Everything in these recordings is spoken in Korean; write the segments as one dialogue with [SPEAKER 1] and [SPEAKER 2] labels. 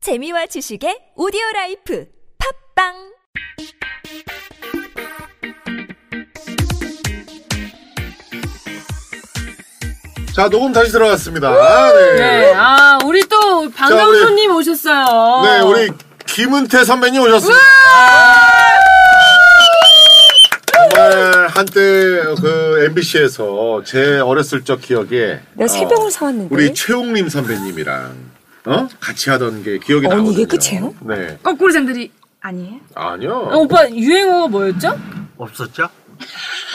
[SPEAKER 1] 재미와 지식의 오디오 라이프 팝빵
[SPEAKER 2] 자, 녹음 다시 들어갔습니다. 네.
[SPEAKER 3] 네, 아, 우리 또
[SPEAKER 2] 자,
[SPEAKER 3] 반가운
[SPEAKER 2] 우리-
[SPEAKER 3] 손님 오셨어요.
[SPEAKER 2] 네, 우리 김은태 선배님 오셨습니다. 정말 한때 그 MBC에서 제 어렸을 적 기억에 어,
[SPEAKER 4] 내가 세 병을 사왔는데.
[SPEAKER 2] 우리 최홍림 선배님이랑 어? 같이 하던 게 기억이
[SPEAKER 4] 언니,
[SPEAKER 2] 나거든요.
[SPEAKER 4] 이게 끝이에요? 어.
[SPEAKER 2] 네.
[SPEAKER 3] 거꾸로 샌들이
[SPEAKER 4] 네.
[SPEAKER 3] 아니에요?
[SPEAKER 2] 아니요.
[SPEAKER 3] 아, 오빠 유행어가 뭐였죠?
[SPEAKER 5] 없었죠?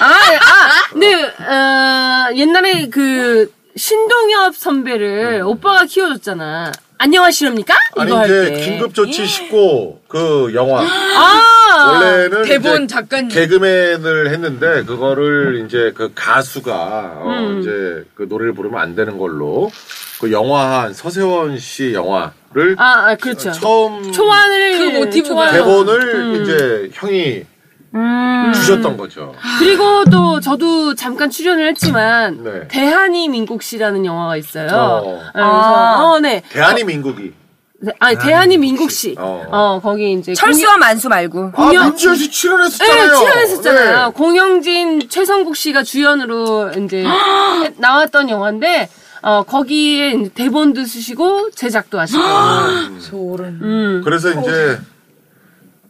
[SPEAKER 3] 아, 아, 근데 어, 옛날에 그 신동엽 선배를 오빠가 키워줬잖아. 안녕하시렵니까?
[SPEAKER 2] 음.
[SPEAKER 3] 이거
[SPEAKER 2] 아니
[SPEAKER 3] 할
[SPEAKER 2] 이제
[SPEAKER 3] 때.
[SPEAKER 2] 긴급
[SPEAKER 4] 예.
[SPEAKER 2] 조치 19 그 영화
[SPEAKER 3] 아,
[SPEAKER 2] 원래는
[SPEAKER 6] 대본
[SPEAKER 2] 이제
[SPEAKER 3] 음.
[SPEAKER 6] 작가님.
[SPEAKER 2] 개그맨을 했는데 그거를 이제 그 가수가 어,
[SPEAKER 3] 음.
[SPEAKER 2] 이제 그 노래를 부르면 안 되는 걸로 그 영화한 서세원 씨 영화를
[SPEAKER 3] 아, 아, 그렇죠.
[SPEAKER 2] 처음
[SPEAKER 3] 초안을
[SPEAKER 6] 그 모티브가-
[SPEAKER 3] 초안을-
[SPEAKER 2] 대본을 이제 형이
[SPEAKER 3] 음.
[SPEAKER 2] 주셨던 거죠.
[SPEAKER 3] 그리고 또 저도 잠깐 출연을 했지만
[SPEAKER 2] 네.
[SPEAKER 3] 대한이 민국 씨라는 영화가 있어요.
[SPEAKER 2] 어.
[SPEAKER 3] 네,
[SPEAKER 6] 아.
[SPEAKER 3] 그래서 어, 네.
[SPEAKER 2] 대한이 민국이
[SPEAKER 3] 네, 아니 대한이 민국 씨.
[SPEAKER 2] 어.
[SPEAKER 3] 어, 거기 이제
[SPEAKER 4] 철수와 만수 말고.
[SPEAKER 3] 공연-
[SPEAKER 2] 아 민지현 씨
[SPEAKER 3] 공영... 네,
[SPEAKER 2] 출연했었잖아요.
[SPEAKER 3] 출연했었잖아요.
[SPEAKER 6] 네.
[SPEAKER 3] 공영진 최성국 씨가 주연으로 이제 해- 나왔던 영화인데 어, 거기에 이제 대본도 쓰시고 제작도 하시고.
[SPEAKER 6] 소름.
[SPEAKER 3] 음.
[SPEAKER 2] 네. 그래서 이제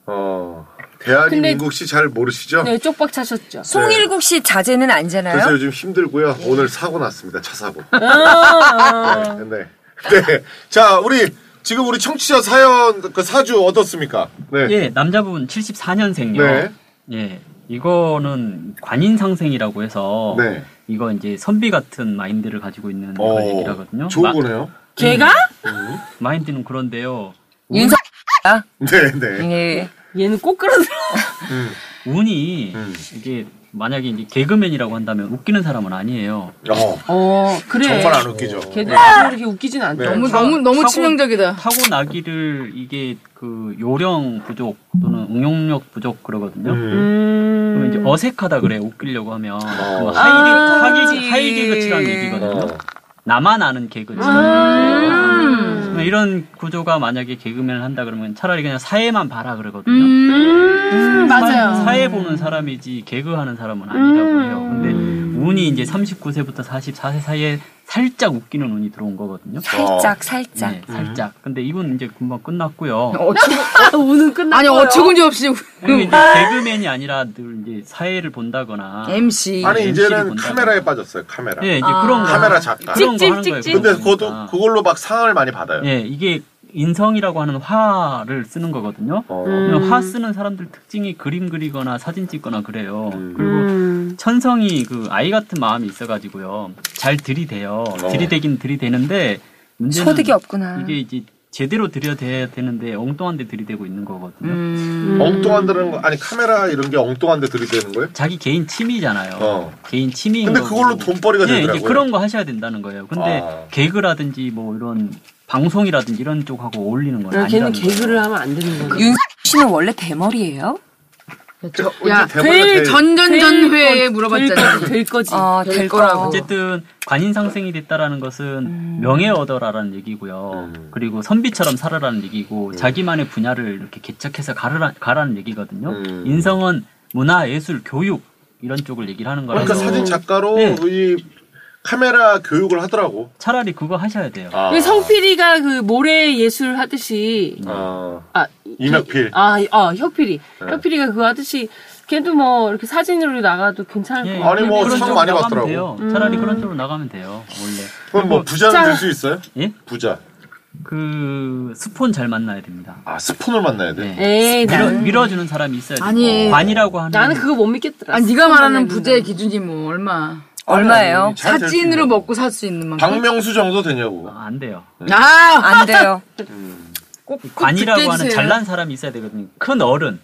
[SPEAKER 2] 어 대한이
[SPEAKER 3] 근데-
[SPEAKER 2] 민국 씨 잘 모르시죠?
[SPEAKER 3] 네, 쪽박 차셨죠.
[SPEAKER 6] 음.
[SPEAKER 4] 송일국 씨 자제는
[SPEAKER 2] 그래서
[SPEAKER 4] 안잖아요.
[SPEAKER 2] 요즘 힘들고요. 오늘 사고 났습니다. 차 사고.
[SPEAKER 3] 아,
[SPEAKER 2] 네, 네. 네. 자, 우리 지금 우리 청취자 사연 그 사주 어떻습니까? 네.
[SPEAKER 5] 예, 남자분 74년생요.
[SPEAKER 2] 네.
[SPEAKER 5] 예, 이거는 관인상생이라고 해서
[SPEAKER 2] 네.
[SPEAKER 5] 이거 이제 선비 같은 마인드를 가지고 있는 그런 얘기라거든요.
[SPEAKER 2] 어, 좋은 거네요.
[SPEAKER 3] 걔가
[SPEAKER 5] 마, 인드는 그런데요.
[SPEAKER 4] 윤석. 아,
[SPEAKER 2] 네, 네.
[SPEAKER 4] 예.
[SPEAKER 3] 얘는 꼭 끌어들어.
[SPEAKER 5] 운이
[SPEAKER 2] 음.
[SPEAKER 5] 이게 만약에 이제 개그맨이라고 한다면 웃기는 사람은 아니에요.
[SPEAKER 2] 어,
[SPEAKER 3] 어, 그래.
[SPEAKER 5] 네.
[SPEAKER 2] 정말 안 웃기죠.
[SPEAKER 3] 걔도 그렇게 웃기진 음. 않다.
[SPEAKER 2] 네.
[SPEAKER 6] 너무
[SPEAKER 5] 사-
[SPEAKER 6] 너무 너무
[SPEAKER 5] 사고-
[SPEAKER 6] 치명적이다.
[SPEAKER 5] 타고 나기를 이게 그 요령 부족 또는 응용력 부족 그러거든요.
[SPEAKER 2] 음.
[SPEAKER 5] 그러면
[SPEAKER 3] 음.
[SPEAKER 5] 이제 어색하다 그래 웃기려고 하면 그거
[SPEAKER 3] 아.
[SPEAKER 5] 하이 개- 하이 개그치라는 얘기거든요.
[SPEAKER 2] 어.
[SPEAKER 5] 나만 아는 개그치.
[SPEAKER 3] 음.
[SPEAKER 5] 그러면 뭐 이런 구조가 만약에 개그맨을 한다 그러면 차라리 그냥 사회만 봐라 그러거든요. 네.
[SPEAKER 3] 음, 맞아요.
[SPEAKER 5] 사, 회 보는 사람이지 개그하는 사람은 아니라고
[SPEAKER 3] 음.
[SPEAKER 5] 해요. 근데 운이 이제 39세부터 44세 사이에 살짝 웃기는 운이 들어온 거거든요.
[SPEAKER 4] 살짝, 살짝.
[SPEAKER 5] 네, 살짝. 근데 이분 이제 금방 끝났고요.
[SPEAKER 3] 아, 오늘 끝났어요.
[SPEAKER 6] 아니 어처구니 없이
[SPEAKER 5] 그리고 이제
[SPEAKER 3] 음.
[SPEAKER 5] 개그맨이 아니라 늘 이제 사회를 본다거나
[SPEAKER 6] MC.
[SPEAKER 2] 아니, 이제는
[SPEAKER 5] 본다고.
[SPEAKER 2] 카메라에 빠졌어요, 카메라.
[SPEAKER 5] 예, 이제 그런 거
[SPEAKER 2] 카메라 작가.
[SPEAKER 5] 그런 거 하는
[SPEAKER 3] 아. 찍,
[SPEAKER 5] 거예요.
[SPEAKER 3] 찍, 찍.
[SPEAKER 2] 근데
[SPEAKER 5] 그러니까.
[SPEAKER 2] 그것도, 그걸로 막 상을 많이 받아요.
[SPEAKER 5] 예, 이게 인성이라고 하는 화를 쓰는 거거든요.
[SPEAKER 2] 어.
[SPEAKER 3] 음.
[SPEAKER 5] 화 쓰는 사람들 특징이 그림 그리거나 사진 찍거나 그래요.
[SPEAKER 2] 음.
[SPEAKER 5] 그리고 천성이 그 아이 같은 마음이 있어가지고요. 잘 들이대요.
[SPEAKER 2] 어.
[SPEAKER 5] 들이대긴 들이대는데 문제는
[SPEAKER 4] 소득이 없구나.
[SPEAKER 5] 이게 이제 제대로 들여대야 되는데 엉뚱한데 들이대고 있는 거거든요.
[SPEAKER 2] 음. 어? 엉뚱한다는 거, 아니, 카메라 이런 게 엉뚱한데 들이대는 거예요?
[SPEAKER 5] 자기 개인 취미잖아요.
[SPEAKER 2] 어.
[SPEAKER 5] 개인 취미인
[SPEAKER 2] 근데
[SPEAKER 5] 거고.
[SPEAKER 2] 그걸로 돈벌이가
[SPEAKER 5] 네,
[SPEAKER 2] 되더라고요.
[SPEAKER 5] 이제 그런 거 하셔야 된다는 거예요. 근데
[SPEAKER 2] 아.
[SPEAKER 5] 개그라든지 뭐 이런 방송이라든지 이런 쪽하고 어울리는 건
[SPEAKER 3] 아, 걔는
[SPEAKER 5] 아니라는 거예요.
[SPEAKER 3] 개그를 하면 안 되는 거야.
[SPEAKER 4] 윤석 씨는 원래 대머리예요?
[SPEAKER 2] 제가
[SPEAKER 6] 야,
[SPEAKER 2] 언제 그러니까 대본에
[SPEAKER 6] 제일
[SPEAKER 2] 대-
[SPEAKER 6] 전전전 회에
[SPEAKER 3] 될,
[SPEAKER 6] 물어봤잖아.
[SPEAKER 3] 거- 될 거지.
[SPEAKER 4] 어,
[SPEAKER 6] 될
[SPEAKER 4] 될
[SPEAKER 6] 거라고.
[SPEAKER 4] 거라고.
[SPEAKER 5] 어쨌든 관인상생이 됐다라는 것은 명예 얻어라라는 얘기고요.
[SPEAKER 2] 음.
[SPEAKER 5] 그리고 선비처럼 살아라는 얘기고 자기만의 분야를 이렇게 개척해서 가라, 가라는 얘기거든요.
[SPEAKER 2] 음.
[SPEAKER 5] 인성은 문화, 예술, 교육 이런 쪽을 얘기를 하는 거라서
[SPEAKER 2] 그러니까 사진 작가로
[SPEAKER 5] 네.
[SPEAKER 2] 이 카메라 교육을 하더라고.
[SPEAKER 5] 차라리 그거 하셔야 돼요.
[SPEAKER 2] 아.
[SPEAKER 3] 왜 성필이가 그 모래 예술 하듯이
[SPEAKER 2] 아.
[SPEAKER 3] 아,
[SPEAKER 2] 이명필.
[SPEAKER 3] 아, 아 혁필이.
[SPEAKER 5] 네.
[SPEAKER 3] 혁필이가 그거 하듯이 걔도 뭐 이렇게 사진으로 나가도 괜찮을 것
[SPEAKER 5] 예,
[SPEAKER 3] 같아.
[SPEAKER 2] 아니, 뭐
[SPEAKER 5] 그런
[SPEAKER 2] 상
[SPEAKER 5] 쪽으로
[SPEAKER 2] 많이
[SPEAKER 5] 나가면
[SPEAKER 2] 받더라고.
[SPEAKER 5] 돼요. 차라리 그런 쪽으로 나가면 돼요. 원래
[SPEAKER 2] 그럼 뭐 부자는
[SPEAKER 3] 자.
[SPEAKER 2] 될 수 있어요?
[SPEAKER 5] 예?
[SPEAKER 2] 부자.
[SPEAKER 5] 그 스폰 잘 만나야 됩니다.
[SPEAKER 2] 아, 스폰을 만나야 돼.
[SPEAKER 5] 네.
[SPEAKER 3] 에이,
[SPEAKER 5] 밀어,
[SPEAKER 3] 나,
[SPEAKER 5] 밀어주는 사람이 있어야 돼요.
[SPEAKER 6] 아니.
[SPEAKER 5] 관이라고 하는
[SPEAKER 3] 예, 나는 그거 못 믿겠더라.
[SPEAKER 6] 아 네가 말하는
[SPEAKER 3] 스폰만은.
[SPEAKER 6] 부재의 기준이 뭐 얼마?
[SPEAKER 4] 얼마예요?
[SPEAKER 2] 잘될수
[SPEAKER 6] 사진으로
[SPEAKER 2] 있는
[SPEAKER 6] 먹고 살 수 있는 만큼.
[SPEAKER 2] 박명수 정도 되냐고.
[SPEAKER 5] 안 돼요.
[SPEAKER 6] 아,
[SPEAKER 4] 안 돼요.
[SPEAKER 5] 관이라고 하는
[SPEAKER 6] 느껴지세요.
[SPEAKER 5] 잘난 사람이 있어야 되거든요. 큰 어른,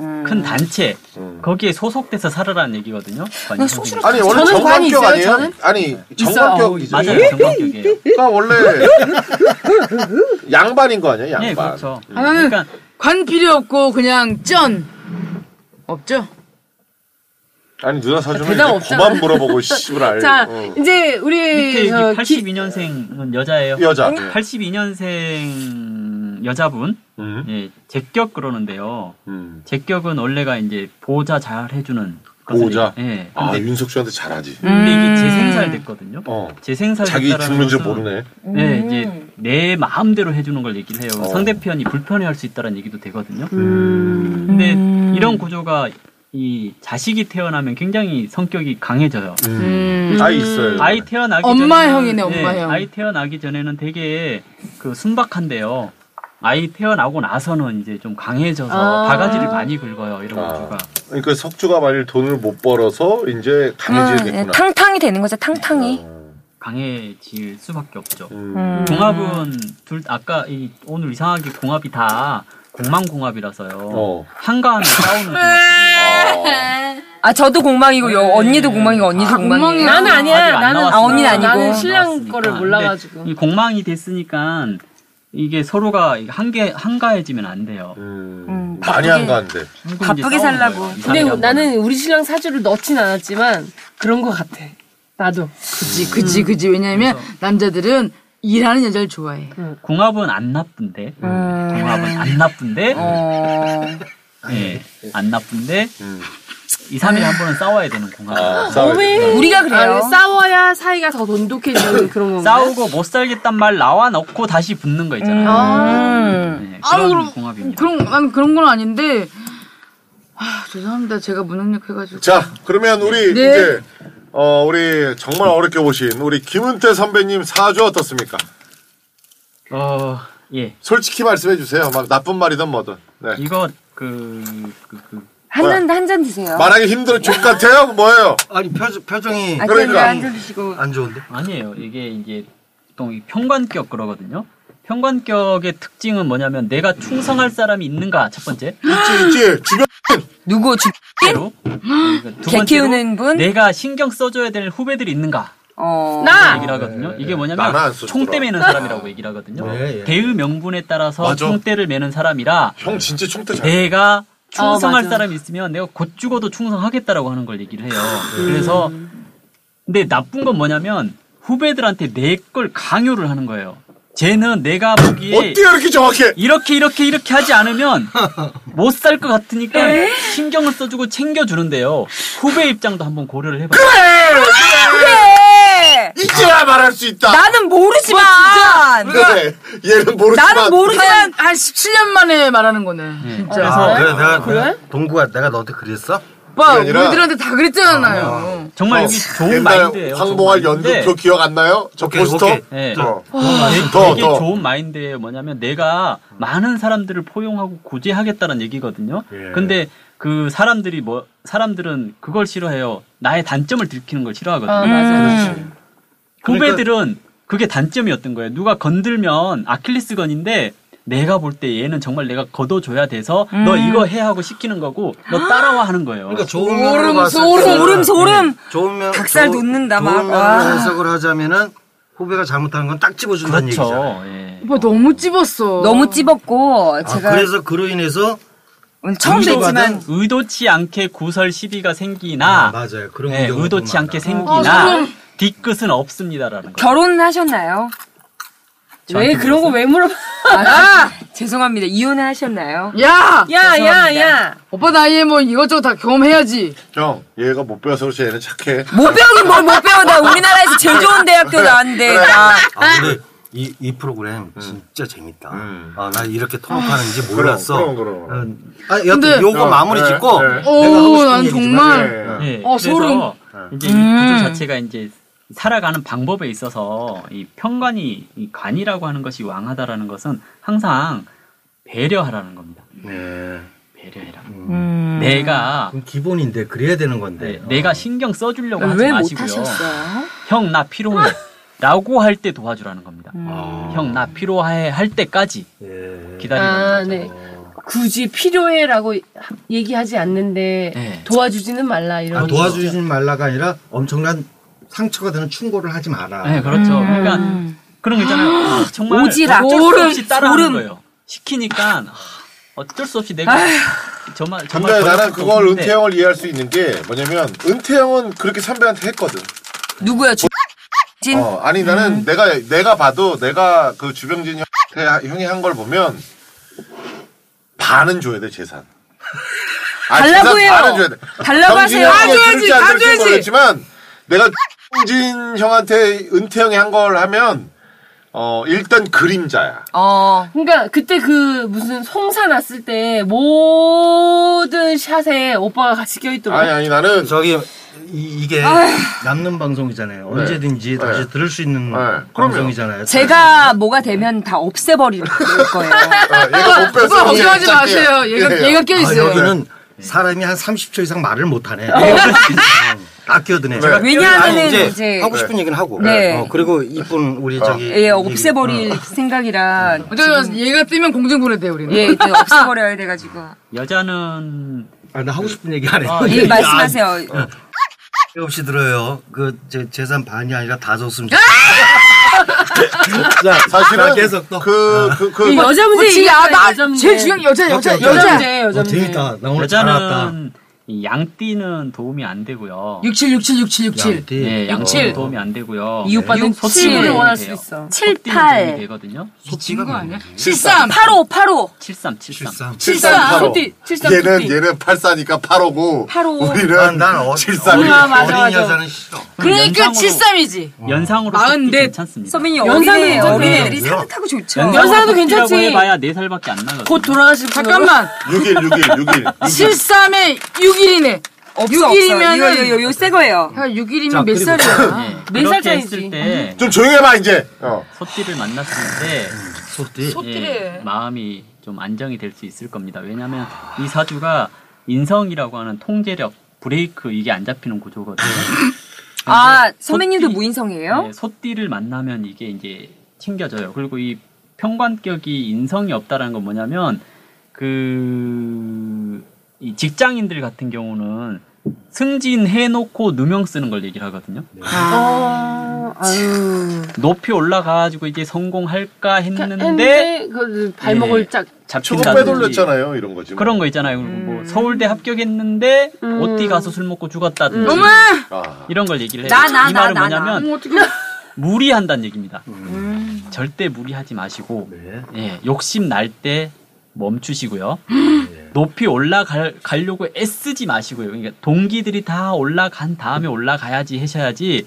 [SPEAKER 2] 응.
[SPEAKER 5] 큰 단체
[SPEAKER 2] 음.
[SPEAKER 5] 거기에 소속돼서 살아라는 얘기거든요. 관이
[SPEAKER 4] 나
[SPEAKER 5] 선생님.
[SPEAKER 4] 소실을
[SPEAKER 2] 아니 원래
[SPEAKER 3] 저는 관이
[SPEAKER 2] 정관격
[SPEAKER 3] 있어요,
[SPEAKER 2] 아니에요?
[SPEAKER 3] 저는? 어,
[SPEAKER 2] 아니 정관격이죠.
[SPEAKER 5] 맞아요, 정관격이에요.
[SPEAKER 2] 그러니까 원래 양반인 거 아니에요? 양반.
[SPEAKER 5] 네, 그렇죠.
[SPEAKER 6] 아, 나는
[SPEAKER 5] 그러니까
[SPEAKER 6] 관 필요 없고 그냥 쩐 없죠.
[SPEAKER 2] 아니 누나 사주면
[SPEAKER 3] 대답
[SPEAKER 2] 이제
[SPEAKER 3] 없잖아.
[SPEAKER 2] 그만 물어보고 씨발. 알.
[SPEAKER 3] 자,
[SPEAKER 2] 어.
[SPEAKER 3] 이제 우리
[SPEAKER 5] 밑에
[SPEAKER 3] 저 기-
[SPEAKER 5] 82년생은 여자예요.
[SPEAKER 2] 여자.
[SPEAKER 5] 82년생 여자분
[SPEAKER 2] 음.
[SPEAKER 5] 예, 제격 그러는데요.
[SPEAKER 2] 음.
[SPEAKER 5] 제격은 원래가 이제 보호자 잘 해주는 것을-
[SPEAKER 2] 보호자?
[SPEAKER 5] 예.
[SPEAKER 2] 아
[SPEAKER 5] 근데, 음.
[SPEAKER 2] 윤석 씨한테 잘하지.
[SPEAKER 5] 근데 이게 재생살 됐거든요.
[SPEAKER 2] 어.
[SPEAKER 5] 재생살
[SPEAKER 2] 자기 죽는 줄 모르네.
[SPEAKER 5] 네,
[SPEAKER 6] 음.
[SPEAKER 5] 이제 내 마음대로 해주는 걸 얘기를 해요.
[SPEAKER 2] 어.
[SPEAKER 5] 상대편이 불편해할 수 있다는 얘기도 되거든요.
[SPEAKER 2] 음.
[SPEAKER 5] 근데 이런 구조가 이 자식이 태어나면 굉장히 성격이 강해져요.
[SPEAKER 6] 음.
[SPEAKER 2] 아이 있어요.
[SPEAKER 5] 아이 태어나기
[SPEAKER 6] 엄마
[SPEAKER 5] 전에는-
[SPEAKER 6] 형이네, 엄마 형.
[SPEAKER 5] 아이 태어나기 전에는 되게 그 순박한데요. 아이 태어나고 나서는 이제 좀 강해져서
[SPEAKER 3] 아.
[SPEAKER 5] 바가지를 많이 긁어요. 이런
[SPEAKER 2] 아.
[SPEAKER 5] 구조가.
[SPEAKER 2] 그러니까 석주가 만일 돈을 못 벌어서 이제 강해지겠구나.
[SPEAKER 4] 네, 예, 탕탕이 되는 거죠, 탕탕이.
[SPEAKER 5] 강해질 수밖에 없죠.
[SPEAKER 2] 음.
[SPEAKER 4] 음.
[SPEAKER 5] 공합은 둘 아까 이 오늘 이상하게 공합이 다 공망 공합이라서요.
[SPEAKER 2] 어.
[SPEAKER 5] 한가하면 싸우는 공합이에요.
[SPEAKER 4] 아, 저도 공망이고, 요 언니도 공망이고, 언니도
[SPEAKER 6] 다
[SPEAKER 4] 공망이에요.
[SPEAKER 6] 공망이야.
[SPEAKER 3] 나는 아니야.
[SPEAKER 5] 아직 안
[SPEAKER 3] 나는
[SPEAKER 5] 나왔어.
[SPEAKER 4] 아, 언니는 아니고.
[SPEAKER 3] 나는 신랑
[SPEAKER 5] 나왔으니까.
[SPEAKER 3] 거를 몰라가지고.
[SPEAKER 5] 근데 이 공망이 됐으니까 이게 서로가 한계 한가해지면 안 돼요.
[SPEAKER 2] 음.
[SPEAKER 4] 음,
[SPEAKER 2] 많이
[SPEAKER 4] 바쁘게-
[SPEAKER 2] 안 가는데.
[SPEAKER 5] 결국 이제
[SPEAKER 4] 바쁘게
[SPEAKER 5] 싸우는
[SPEAKER 4] 살라고.
[SPEAKER 5] 거예요. 이
[SPEAKER 3] 근데
[SPEAKER 5] 사람이
[SPEAKER 3] 나는 우리 신랑 사주를 넣진 않았지만 그런 거 같아. 나도.
[SPEAKER 6] 그지 그지 그지 왜냐면 남자들은 일하는 여자를 좋아해.
[SPEAKER 5] 궁합은 안 나쁜데 궁합은 안 나쁜데
[SPEAKER 6] 어.
[SPEAKER 5] 예, 안 나쁜데
[SPEAKER 2] 음.
[SPEAKER 5] 2, 3일에 한 번은 싸워야 되는 궁합
[SPEAKER 2] 아, 싸워야
[SPEAKER 5] 네.
[SPEAKER 2] 되구나.
[SPEAKER 4] 우리가 그래요.
[SPEAKER 3] 아, 싸워야 사이가 더 돈독해지는 그런 건가?
[SPEAKER 5] 싸우고 못 살겠단 말 나와 넣고 다시 붙는 거 있잖아요
[SPEAKER 4] 음.
[SPEAKER 5] 예, 그런
[SPEAKER 6] 아우, 그럼-
[SPEAKER 5] 궁합입니다
[SPEAKER 6] 음, 그런 난 그런 건 아닌데 아 죄송합니다 제가 무능력해가지고.
[SPEAKER 2] 자, 그러면 우리
[SPEAKER 6] 네.
[SPEAKER 2] 이제 어 우리 정말 어렵게 보신 우리 김은태 선배님 사주 어떻습니까?
[SPEAKER 3] 그
[SPEAKER 5] 어, 예
[SPEAKER 2] 솔직히 말씀해 주세요. 막 나쁜 말이든 뭐든. 네.
[SPEAKER 5] 이거 그, 그, 그
[SPEAKER 4] 한잔, 한 잔 드세요.
[SPEAKER 2] 말하기 힘들어 죽 같아요? 뭐예요?
[SPEAKER 7] 아니 표정, 표정이
[SPEAKER 4] 아,
[SPEAKER 2] 그러니까.
[SPEAKER 4] 그러니까. 한잔 드시고.
[SPEAKER 7] 안 좋은데?
[SPEAKER 5] 아니에요 이게 이제 보통 이 평관격 그러거든요 평관격의 특징은 뭐냐면 내가 충성할 사람이 있는가 첫 번째
[SPEAKER 2] 있지 있지. 주변
[SPEAKER 4] 누구 죽,
[SPEAKER 5] 번째로 그리고 두
[SPEAKER 4] 개
[SPEAKER 5] 번째로
[SPEAKER 4] 키우는 분?
[SPEAKER 5] 내가 신경 써줘야 될 후배들이 있는가
[SPEAKER 4] 어.
[SPEAKER 3] 나!
[SPEAKER 5] 얘기를 하거든요. 이게
[SPEAKER 2] 예, 나는 안
[SPEAKER 5] 뭐냐면
[SPEAKER 2] 쓰더라.
[SPEAKER 5] 총대 매는 사람이라고 얘기를 하거든요.
[SPEAKER 7] 예, 예.
[SPEAKER 5] 대의 명분에 따라서
[SPEAKER 2] 맞아.
[SPEAKER 5] 총대를 매는 사람이라
[SPEAKER 2] 형 진짜 총대 잘.
[SPEAKER 5] 내가
[SPEAKER 2] 어,
[SPEAKER 5] 충성할
[SPEAKER 6] 맞아.
[SPEAKER 5] 사람이 있으면 내가 곧 죽어도 충성하겠다라고 하는 걸 얘기를 해요.
[SPEAKER 2] 아, 네.
[SPEAKER 5] 그래서 근데 나쁜 건 뭐냐면 후배들한테 내 걸 강요를 하는 거예요. 쟤는 내가 보기에
[SPEAKER 2] 어때요 이렇게 정확해?
[SPEAKER 5] 이렇게 이렇게 이렇게 하지 않으면 못 살 것 같으니까
[SPEAKER 2] 네?
[SPEAKER 5] 신경을 써주고 챙겨주는데요. 후배 입장도 한번 고려를 해봐요.
[SPEAKER 4] 그래!
[SPEAKER 2] 이제야 말할 수 있다.
[SPEAKER 4] 나는 모르지만!
[SPEAKER 2] 그래. 얘는 모르지만.
[SPEAKER 4] 나는 모르지만!
[SPEAKER 6] 한, 한 17년 만에 말하는 거네. 진짜.
[SPEAKER 3] 어?
[SPEAKER 5] 그래서
[SPEAKER 7] 아, 그래, 내가,
[SPEAKER 3] 그래?
[SPEAKER 7] 동구가 내가 너한테 그랬어?
[SPEAKER 6] 오빠
[SPEAKER 2] 그게 아니라-
[SPEAKER 6] 우리들한테 다 그랬잖아요.
[SPEAKER 5] 정말 여기 좋은
[SPEAKER 2] 어, 옛날
[SPEAKER 5] 마인드예요. 네.
[SPEAKER 2] 황봉할
[SPEAKER 5] 좋은 마인드인데
[SPEAKER 2] 연극표 그 기억 안 나요? 저
[SPEAKER 7] 오케이,
[SPEAKER 2] 포스터?
[SPEAKER 7] 오케이.
[SPEAKER 5] 예.
[SPEAKER 7] 저-
[SPEAKER 5] 되게,
[SPEAKER 2] 더,
[SPEAKER 5] 되게
[SPEAKER 2] 더.
[SPEAKER 5] 좋은 마인드예요. 뭐냐면 내가 많은 사람들을 포용하고 구제하겠다는 얘기거든요.
[SPEAKER 2] 예.
[SPEAKER 5] 근데 그 사람들이 뭐 사람들은 그걸 싫어해요. 나의 단점을 들키는 걸 싫어하거든요.
[SPEAKER 3] 아.
[SPEAKER 5] 음.
[SPEAKER 7] 그러니까
[SPEAKER 5] 후배들은 그게 단점이었던 거예요. 누가 건들면 아킬레스건인데 내가 볼 때 얘는 정말 내가 걷어줘야 돼서 너 이거 해 하고 시키는 거고 너 따라와 하는 거예요.
[SPEAKER 7] 그러니까 좋은 면으로
[SPEAKER 6] 소름,
[SPEAKER 7] 봤을
[SPEAKER 6] 소름,
[SPEAKER 7] 때는 음,
[SPEAKER 4] 소름, 소름!
[SPEAKER 7] 좋은 면
[SPEAKER 4] 닭살
[SPEAKER 7] 좋은-
[SPEAKER 4] 돋는다, 막.
[SPEAKER 7] 좋은
[SPEAKER 4] 와.
[SPEAKER 7] 면으로 해석을 하자면은 후배가 잘못하는 건 딱 집어준다는 얘기잖아.
[SPEAKER 5] 그렇죠. 예.
[SPEAKER 6] 오빠 너무 찝었어.
[SPEAKER 4] 너무 찝었고,
[SPEAKER 7] 아,
[SPEAKER 4] 어, 제가
[SPEAKER 7] 그래서 그로 인해서
[SPEAKER 4] 오늘 처음
[SPEAKER 7] 의도가
[SPEAKER 4] 뵙지만,
[SPEAKER 5] 의도치 않게 구설 시비가 생기나
[SPEAKER 7] 아, 맞아요. 그런
[SPEAKER 5] 예,
[SPEAKER 7] 경우가
[SPEAKER 5] 의도치
[SPEAKER 7] 좀
[SPEAKER 5] 않게
[SPEAKER 7] 많다. 아,
[SPEAKER 5] 생기나 뒤끝은 없습니다라는 거.
[SPEAKER 4] 결혼은 하셨나요?
[SPEAKER 3] 왜 그런 거 왜 물어봐?
[SPEAKER 4] 아! 죄송합니다. 이혼은 하셨나요?
[SPEAKER 6] 야!
[SPEAKER 3] 야, 야, 야.
[SPEAKER 6] 오빠 나이에 뭐 이것저것 다 경험해야지.
[SPEAKER 2] 형 얘가 못 배워서 그렇지 얘는 착해.
[SPEAKER 4] 못 배우긴 뭘 못 배워. 나 우리나라에서 제일 좋은 대학교 나왔는데. 나.
[SPEAKER 7] 아, 근데 이, 이 프로그램 진짜 재밌다.
[SPEAKER 2] 음.
[SPEAKER 7] 아, 나 이렇게 통역하는지 몰랐어.
[SPEAKER 2] 그럼, 그럼, 그럼.
[SPEAKER 7] 음, 아, 여튼
[SPEAKER 6] 근데-
[SPEAKER 7] 요거
[SPEAKER 2] 어,
[SPEAKER 7] 마무리
[SPEAKER 2] 네,
[SPEAKER 7] 짓고
[SPEAKER 2] 네.
[SPEAKER 7] 내가 하고
[SPEAKER 6] 오,
[SPEAKER 7] 싶은
[SPEAKER 6] 난
[SPEAKER 7] 얘기지만
[SPEAKER 6] 정말.
[SPEAKER 7] 네.
[SPEAKER 2] 예.
[SPEAKER 5] 예,
[SPEAKER 6] 어,
[SPEAKER 5] 그래서 이제 이 구조 자체가 이제 살아가는 방법에 있어서 이 평관이 이 관이라고 하는 것이 왕하다라는 것은 항상 배려하라는 겁니다.
[SPEAKER 7] 네.
[SPEAKER 5] 배려해라. 음. 내가
[SPEAKER 7] 그럼 기본인데 그래야 되는 건데. 어.
[SPEAKER 5] 네, 내가 신경 써주려고 하지
[SPEAKER 4] 왜 못
[SPEAKER 5] 마시고요.
[SPEAKER 4] 하셨어요?
[SPEAKER 5] 형 나 필요해. 라고 할 때 도와주라는 겁니다.
[SPEAKER 7] 음.
[SPEAKER 5] 형 나 필요해 할 때까지
[SPEAKER 7] 아, 예. 어.
[SPEAKER 5] 기다리는
[SPEAKER 3] 아,
[SPEAKER 5] 거죠.
[SPEAKER 3] 네. 굳이 필요해라고 얘기하지 않는데
[SPEAKER 5] 네.
[SPEAKER 3] 도와주지는 말라 이런.
[SPEAKER 7] 아,
[SPEAKER 3] 거.
[SPEAKER 7] 도와주지 말라가 아니라 엄청난 상처가 되는 충고를 하지 마라.
[SPEAKER 5] 네, 그렇죠. 그러니까 그런 거 있잖아요. 아, 정말
[SPEAKER 4] 오지랖.
[SPEAKER 5] 어쩔 수
[SPEAKER 4] 소름,
[SPEAKER 5] 없이 따라하는
[SPEAKER 4] 소름.
[SPEAKER 5] 거예요. 시키니까 아, 어쩔 수 없이 내가 정말 정말
[SPEAKER 2] 근데
[SPEAKER 5] 버릴
[SPEAKER 2] 나는
[SPEAKER 5] 수도
[SPEAKER 2] 그걸
[SPEAKER 5] 없는데
[SPEAKER 2] 은퇴 형을 이해할 수 있는 게 뭐냐면 은퇴 형은 그렇게 선배한테 했거든.
[SPEAKER 4] 누구야? 주... 진? 음.
[SPEAKER 2] 어, 아니 나는 내가 내가 봐도 내가 그 주병진 형한테 하- 형이 한 걸 보면 반은 줘야 돼 재산. 아,
[SPEAKER 4] 달라고 해요.
[SPEAKER 2] 반은 줘야 돼.
[SPEAKER 4] 달라고
[SPEAKER 2] 당신이
[SPEAKER 4] 하세요.
[SPEAKER 2] 한
[SPEAKER 4] 다
[SPEAKER 2] 거
[SPEAKER 4] 줘야지,
[SPEAKER 2] 들을지 안
[SPEAKER 4] 다
[SPEAKER 2] 들을지
[SPEAKER 4] 줘야지.
[SPEAKER 2] 모르겠지만 내가 홍진 형한테 은퇴 형이 한 걸 하면 어 일단 그림자야.
[SPEAKER 4] 어.
[SPEAKER 3] 그러니까 그때 그 무슨 송사 났을 때 모든 샷에 오빠가 같이
[SPEAKER 2] 아니
[SPEAKER 3] 껴있더라고.
[SPEAKER 2] 아니 나는 어,
[SPEAKER 7] 저기 이, 게 남는 방송이잖아요. 언제든지 다시 들을 수 있는
[SPEAKER 2] 네. 그럼요.
[SPEAKER 7] 방송이잖아요.
[SPEAKER 4] 제가 뭐가 되면 다 없애버릴 거예요.
[SPEAKER 2] 어, 얘가 못 뺐어.
[SPEAKER 6] 걱정하지 마세요. 얘가
[SPEAKER 2] 예, 예.
[SPEAKER 6] 얘가 껴
[SPEAKER 7] 아,
[SPEAKER 6] 있어요.
[SPEAKER 7] 여기는 사람이 한 30초 이상 말을 못하네. 아껴드네.
[SPEAKER 2] 제가
[SPEAKER 4] 왜냐하면은 이제,
[SPEAKER 7] 하고 싶은 얘기는 하고.
[SPEAKER 4] 네.
[SPEAKER 7] 어, 그리고 이쁜 우리 저기 음.
[SPEAKER 4] 예, 없애버릴 생각이라
[SPEAKER 6] 어쩌면 얘가 뛰면 공중 보내대 우리는.
[SPEAKER 4] 예, 이제 없애버려야 돼가지고.
[SPEAKER 3] 아,
[SPEAKER 5] 여자는
[SPEAKER 7] 아, 나 하고 싶은 얘기 안 해.
[SPEAKER 3] 어,
[SPEAKER 5] 아,
[SPEAKER 4] 예, 말씀하세요.
[SPEAKER 7] 필요 없이 들어요. 그 제 재산 반이 아니라 다 줬으면 좋 자,
[SPEAKER 2] 사실은
[SPEAKER 7] 자, 계속 아, 또.
[SPEAKER 2] 그 그, 그,
[SPEAKER 3] 이 어, 여자 문제
[SPEAKER 6] 그렇지. 아,
[SPEAKER 3] 얘기했어요,
[SPEAKER 6] 나
[SPEAKER 3] 여자 문제.
[SPEAKER 6] 제일 중요한 게 여자 네, 여자
[SPEAKER 7] 여자,
[SPEAKER 3] 여자
[SPEAKER 6] 여자.
[SPEAKER 3] 문제, 여자
[SPEAKER 7] 어,
[SPEAKER 3] 문제.
[SPEAKER 7] 재밌다. 나 오늘 잘 알았다.
[SPEAKER 5] 여자는 이 양띠는 도움이 안 되고요.
[SPEAKER 6] 67676767.
[SPEAKER 7] 양띠.
[SPEAKER 5] 예, 양띠는 도움이 안 되고요.
[SPEAKER 4] 이 오빠는
[SPEAKER 3] 친구를
[SPEAKER 5] 칠을
[SPEAKER 4] 칠
[SPEAKER 3] 원할 수
[SPEAKER 5] 돼요.
[SPEAKER 3] 있어.
[SPEAKER 4] 7,
[SPEAKER 5] 뭐 띠는 도움이
[SPEAKER 4] 8,
[SPEAKER 5] 되거든요.
[SPEAKER 7] 소띠가
[SPEAKER 6] 거 아니야?
[SPEAKER 7] 뭐야?
[SPEAKER 6] 73.
[SPEAKER 4] 85, 85.
[SPEAKER 5] 73, 73.
[SPEAKER 7] 실상.
[SPEAKER 2] 73
[SPEAKER 3] 소띠, 73
[SPEAKER 2] 얘는
[SPEAKER 3] 소띠.
[SPEAKER 2] 얘는 84니까 85고
[SPEAKER 4] 85.
[SPEAKER 2] 우리는
[SPEAKER 7] 난, 난 어,
[SPEAKER 2] 73.
[SPEAKER 7] 어린,
[SPEAKER 3] 아, 맞아,
[SPEAKER 7] 어린
[SPEAKER 3] 맞아.
[SPEAKER 7] 여자는 싫어.
[SPEAKER 6] 그러니까
[SPEAKER 5] 연상으로-
[SPEAKER 6] 73이지.
[SPEAKER 5] 연상으로 띠
[SPEAKER 6] 마흔넷.
[SPEAKER 5] 괜찮습니다.
[SPEAKER 4] 선배님
[SPEAKER 3] 연상은
[SPEAKER 4] 어린애,
[SPEAKER 3] 괜찮네.
[SPEAKER 4] 어린애들이
[SPEAKER 7] 왜요?
[SPEAKER 4] 산뜻하고 좋죠.
[SPEAKER 5] 연상으로
[SPEAKER 3] 연상도
[SPEAKER 5] 띠라고
[SPEAKER 3] 괜찮지.
[SPEAKER 5] 해봐야 4살밖에 안 나거든요.
[SPEAKER 3] 곧 돌아가실 분.
[SPEAKER 6] 잠깐만.
[SPEAKER 2] 6일 6일 6일.
[SPEAKER 6] 73에 6일이네.
[SPEAKER 4] 없어, 없어. 이거, 이거, 이거,
[SPEAKER 6] 육일이면은-
[SPEAKER 4] 이거 새 거예요.
[SPEAKER 3] 음.
[SPEAKER 6] 야, 6일이면 몇네 살이야?
[SPEAKER 5] 예,
[SPEAKER 3] 몇
[SPEAKER 5] 그렇게
[SPEAKER 3] 살짜리지?
[SPEAKER 5] 했을 때
[SPEAKER 2] 좀 조용해 히봐 이제. 어.
[SPEAKER 5] 소띠를 만났을 때
[SPEAKER 7] 소띠.
[SPEAKER 5] 예, 마음이 좀 안정이 될 수 있을 겁니다. 왜냐하면 이 사주가 인성이라고 하는 통제력, 브레이크 이게 안 잡히는 구조거든요.
[SPEAKER 4] 아, 선배님도
[SPEAKER 5] 소띠-
[SPEAKER 4] 무인성이에요?
[SPEAKER 5] 예, 소띠를 만나면 이게 이제 튕겨져요. 그리고 이 평관격이 인성이 없다라는 건 뭐냐면 그 이 직장인들 같은 경우는 승진해놓고 누명 쓰는 걸 얘기를 하거든요.
[SPEAKER 2] 네.
[SPEAKER 3] 아, 아유.
[SPEAKER 5] 높이 올라가가지고 이제 성공할까
[SPEAKER 6] 그러니까
[SPEAKER 5] 했는데
[SPEAKER 3] 했는데 그 발목을
[SPEAKER 5] 예.
[SPEAKER 3] 쫙
[SPEAKER 2] 조금
[SPEAKER 5] 잡힌다.
[SPEAKER 2] 빼돌렸잖아요 이런 거지. 뭐.
[SPEAKER 5] 그런 거 있잖아요. 그리고 뭐
[SPEAKER 4] 음.
[SPEAKER 5] 서울대 합격했는데
[SPEAKER 3] 음.
[SPEAKER 5] 어디 가서 술 먹고 죽었다든지
[SPEAKER 2] 아.
[SPEAKER 5] 이런 걸 얘기를 해요.
[SPEAKER 4] 나, 나,
[SPEAKER 5] 이
[SPEAKER 4] 나,
[SPEAKER 5] 말은
[SPEAKER 4] 나, 나.
[SPEAKER 5] 뭐냐면 무리한다는 얘기입니다.
[SPEAKER 4] 음.
[SPEAKER 5] 절대 무리하지 마시고
[SPEAKER 7] 네.
[SPEAKER 5] 예, 욕심 날 때 멈추시고요.
[SPEAKER 4] 음.
[SPEAKER 5] 높이 올라가려고 애쓰지 마시고요. 그러니까 동기들이 다 올라간 다음에 올라가야지 하셔야지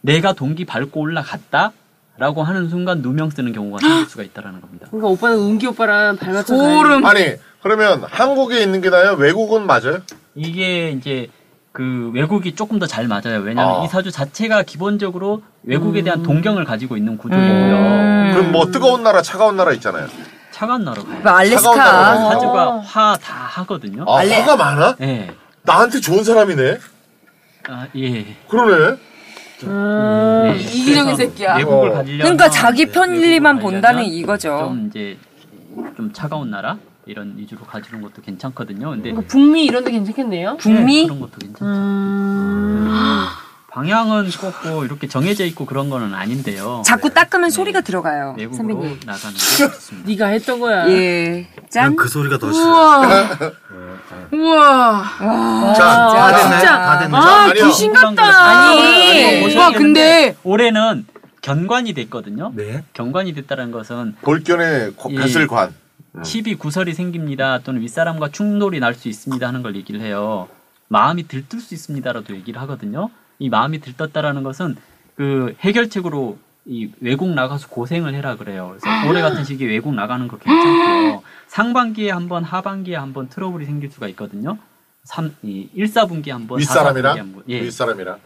[SPEAKER 5] 내가 동기 밟고 올라갔다. 라고 하는 순간 누명 쓰는 경우가 생길 수가 있다라는 겁니다.
[SPEAKER 3] 그러니까 오빠는 은기 오빠랑 발맞춰.
[SPEAKER 6] 소름.
[SPEAKER 2] 아니 그러면 한국에 있는 게 나요? 외국은 맞아요?
[SPEAKER 5] 이게 이제 그 외국이 조금 더 잘 맞아요. 왜냐하면
[SPEAKER 2] 아.
[SPEAKER 5] 이 사주 자체가 기본적으로 외국에
[SPEAKER 4] 음.
[SPEAKER 5] 대한 동경을 가지고 있는 구조고요.
[SPEAKER 2] 그럼 뭐 뜨거운 나라, 차가운 나라 있잖아요.
[SPEAKER 5] 차가운 나라가 아,
[SPEAKER 4] 뭐 알래스카.
[SPEAKER 2] 차가운 나라.
[SPEAKER 5] 어. 사주가 화 다 하거든요.
[SPEAKER 2] 아, 화가 많아?
[SPEAKER 5] 예.
[SPEAKER 2] 나한테 좋은 사람이네.
[SPEAKER 5] 아, 예.
[SPEAKER 2] 그러네.
[SPEAKER 5] 네,
[SPEAKER 6] 이기적인
[SPEAKER 5] 그래서
[SPEAKER 6] 새끼야.
[SPEAKER 5] 외국을
[SPEAKER 2] 어.
[SPEAKER 5] 가지려
[SPEAKER 4] 음, 그러니까 자기 편리만 본다는 이거죠.
[SPEAKER 5] 좀 이제 좀 차가운 나라 이런 위주로 가지는 것도 괜찮거든요. 근데
[SPEAKER 3] 북미 이런 데 괜찮겠네요.
[SPEAKER 5] 예,
[SPEAKER 4] 그러니까 북미? 음.
[SPEAKER 5] 그런 것도 괜찮죠. 방향은 꼭 뭐 이렇게 정해져 있고 그런 거는 아닌데요.
[SPEAKER 4] 자꾸 닦으면 소리가 들어가요.
[SPEAKER 5] 외국으로
[SPEAKER 4] 선배님.
[SPEAKER 5] 나가는 게 좋습니다.
[SPEAKER 3] 네가 했던 어, 거야.
[SPEAKER 4] 예. 짠.
[SPEAKER 7] 난그 소리가 더 싫어.
[SPEAKER 6] 우와. 우와.
[SPEAKER 2] 자,
[SPEAKER 7] 다
[SPEAKER 2] 자,
[SPEAKER 7] 아, 됐네. 다 됐네.
[SPEAKER 2] 자,
[SPEAKER 3] 아,
[SPEAKER 2] 아니요. 그
[SPEAKER 3] 귀신 같다.
[SPEAKER 4] 아니.
[SPEAKER 6] 오빠 근데
[SPEAKER 5] 올해는 견관이 됐거든요.
[SPEAKER 7] 네.
[SPEAKER 5] 견관이 됐다는 것은
[SPEAKER 2] 볼견에 고-
[SPEAKER 5] 예.
[SPEAKER 2] 가슬 관.
[SPEAKER 5] 시비 구설이 생깁니다. 또는 윗사람과 충돌이 날 수 있습니다 하는 걸 얘기를 해요. 마음이 들뜰 수 있습니다라도 얘기를 하거든요. 이 마음이 들떴다라는 것은 그 해결책으로 이 외국 나가서 고생을 해라 그래요. 그래서 올해 같은 시기에 외국 나가는 거 괜찮고요. 상반기에 한번 하반기에 한번 트러블이 생길 수가 있거든요. 3, 이 뭐 1사분기에 한번
[SPEAKER 2] 윗사람이랑
[SPEAKER 5] 4사분기에 한번 예.
[SPEAKER 2] 윗사람이랑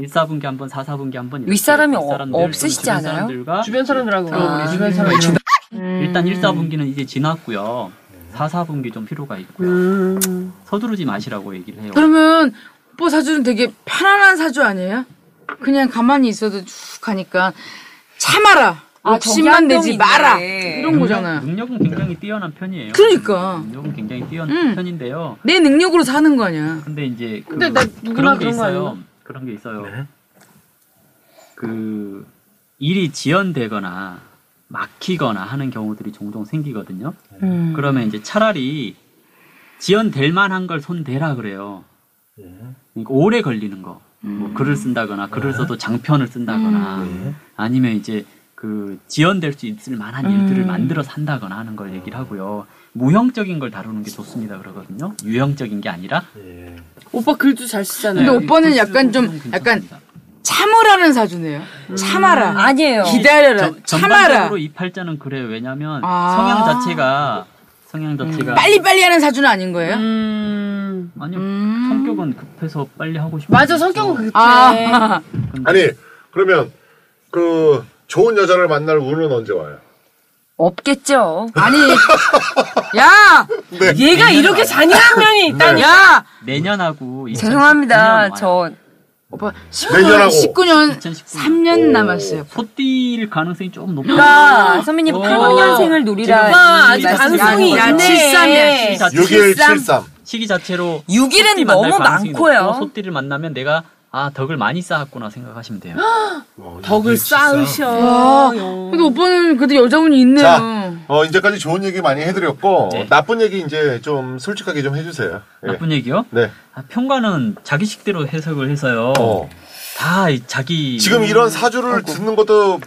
[SPEAKER 5] 1사분기 한번 4사분기 한번 이렇게
[SPEAKER 4] 윗사람이 어-
[SPEAKER 5] 윗사람들,
[SPEAKER 4] 없으시지
[SPEAKER 5] 주변
[SPEAKER 4] 않아요?
[SPEAKER 5] 사람들과
[SPEAKER 3] 주변 사람들하고.
[SPEAKER 5] 아,
[SPEAKER 3] 주변 사람.
[SPEAKER 5] 일단 1, 4분기는 이제 지났고요. 4, 4분기 좀 필요가 있고요. 서두르지 마시라고 얘기를
[SPEAKER 3] 어.
[SPEAKER 5] 해요.
[SPEAKER 6] 그러면 오빠 사주는 되게 편안한 사주 아니에요? 그냥 가만히 있어도 쭉 가니까 참아라.
[SPEAKER 4] 아,
[SPEAKER 6] 욕심만
[SPEAKER 4] 저기 한
[SPEAKER 6] 내지
[SPEAKER 4] 병이
[SPEAKER 6] 마라.
[SPEAKER 4] 있네.
[SPEAKER 3] 음.
[SPEAKER 6] 이런 거잖아.
[SPEAKER 5] 능력은 굉장히 뛰어난 편이에요.
[SPEAKER 6] 그러니까.
[SPEAKER 5] 능력은 굉장히 뛰어난
[SPEAKER 6] 음.
[SPEAKER 5] 편인데요.
[SPEAKER 6] 내 능력으로 사는 거 아니야.
[SPEAKER 5] 근데 이제 그,
[SPEAKER 3] 근데 나 누구나 그런
[SPEAKER 5] 그런 게
[SPEAKER 3] 거
[SPEAKER 5] 있어요.
[SPEAKER 3] 아니에요?
[SPEAKER 5] 그런 게 있어요.
[SPEAKER 7] 네.
[SPEAKER 5] 그 일이 지연되거나 막히거나 하는 경우들이 종종 생기거든요.
[SPEAKER 6] 음.
[SPEAKER 3] 음.
[SPEAKER 5] 그러면 이제 차라리 지연될 만한 걸 손대라 그래요.
[SPEAKER 7] 네.
[SPEAKER 5] 그러니까 오래 걸리는 거. 뭐 글을 쓴다거나 글을 써도 장편을 쓴다거나 아니면 이제 그 지연될 수 있을 만한 일들을 만들어 산다거나 하는 걸 얘기를 하고요. 무형적인 걸 다루는 게 좋습니다 그러거든요. 유형적인 게 아니라.
[SPEAKER 7] 예.
[SPEAKER 3] 오빠 글도 잘 쓰잖아요.
[SPEAKER 6] 근데
[SPEAKER 5] 네,
[SPEAKER 6] 오빠는
[SPEAKER 5] 글쓰는
[SPEAKER 6] 약간 좀,
[SPEAKER 5] 괜찮습니다.
[SPEAKER 6] 약간 참으라는 사주네요.
[SPEAKER 3] 음.
[SPEAKER 6] 참아라.
[SPEAKER 4] 아니에요.
[SPEAKER 6] 기다려라.
[SPEAKER 5] 전-
[SPEAKER 6] 참아라.
[SPEAKER 5] 전반적으로 이 팔자는 그래요. 왜냐하면
[SPEAKER 6] 아.
[SPEAKER 5] 성향 자체가 성향 자체가
[SPEAKER 6] 빨리빨리 하는 사주는 아닌 거예요?
[SPEAKER 3] 음.
[SPEAKER 5] 아니요 성격은 급해서 빨리 하고 싶어.
[SPEAKER 3] 맞아, 성격은 그렇게. 네.
[SPEAKER 6] 아,
[SPEAKER 2] 아니 그러면 그 좋은 여자를 만날 운은 언제 와요?
[SPEAKER 4] 없겠죠.
[SPEAKER 6] 아니. 야!
[SPEAKER 3] 얘가 이렇게 잔인한 면이 있다니.
[SPEAKER 6] 야!
[SPEAKER 5] 내년하고
[SPEAKER 4] 죄송합니다. 아, 저
[SPEAKER 6] 19년, 19년,
[SPEAKER 5] 2019년.
[SPEAKER 6] 3년
[SPEAKER 2] 오.
[SPEAKER 6] 남았어요.
[SPEAKER 5] 소띠일 가능성이 조금 높아요.
[SPEAKER 4] 그러니까 선배님
[SPEAKER 5] 오.
[SPEAKER 4] 8년생을 노리라.
[SPEAKER 3] 오빠,
[SPEAKER 4] 이
[SPEAKER 3] 아주
[SPEAKER 4] 말씀이
[SPEAKER 3] 가능성이
[SPEAKER 4] 아니고.
[SPEAKER 3] 있네.
[SPEAKER 4] 칠삼이야,
[SPEAKER 5] 자,
[SPEAKER 2] 6일 73.
[SPEAKER 5] 시기 자체로
[SPEAKER 4] 6일은
[SPEAKER 5] 소띠 만날
[SPEAKER 4] 너무
[SPEAKER 5] 가능성이
[SPEAKER 4] 많고요.
[SPEAKER 5] 높고 소띠를 만나면 내가 아 덕을 많이 쌓았구나 생각하시면 돼요.
[SPEAKER 2] 네.
[SPEAKER 3] 덕을 아,
[SPEAKER 6] 와,
[SPEAKER 3] 쌓으셔.
[SPEAKER 6] 아, 근데 오빠는 그래도 여자분이 있네요.
[SPEAKER 2] 자,
[SPEAKER 3] 음.
[SPEAKER 2] 어, 이제까지 좋은 얘기 많이 해드렸고
[SPEAKER 5] 네.
[SPEAKER 2] 나쁜 얘기 이제 좀 솔직하게 좀 해주세요. 예.
[SPEAKER 5] 나쁜 얘기요?
[SPEAKER 2] 네.
[SPEAKER 5] 아, 평가는 자기식대로 해석을 해서요.
[SPEAKER 2] 어.
[SPEAKER 5] 다이 자기
[SPEAKER 2] 지금 이런 사주를 듣는 것도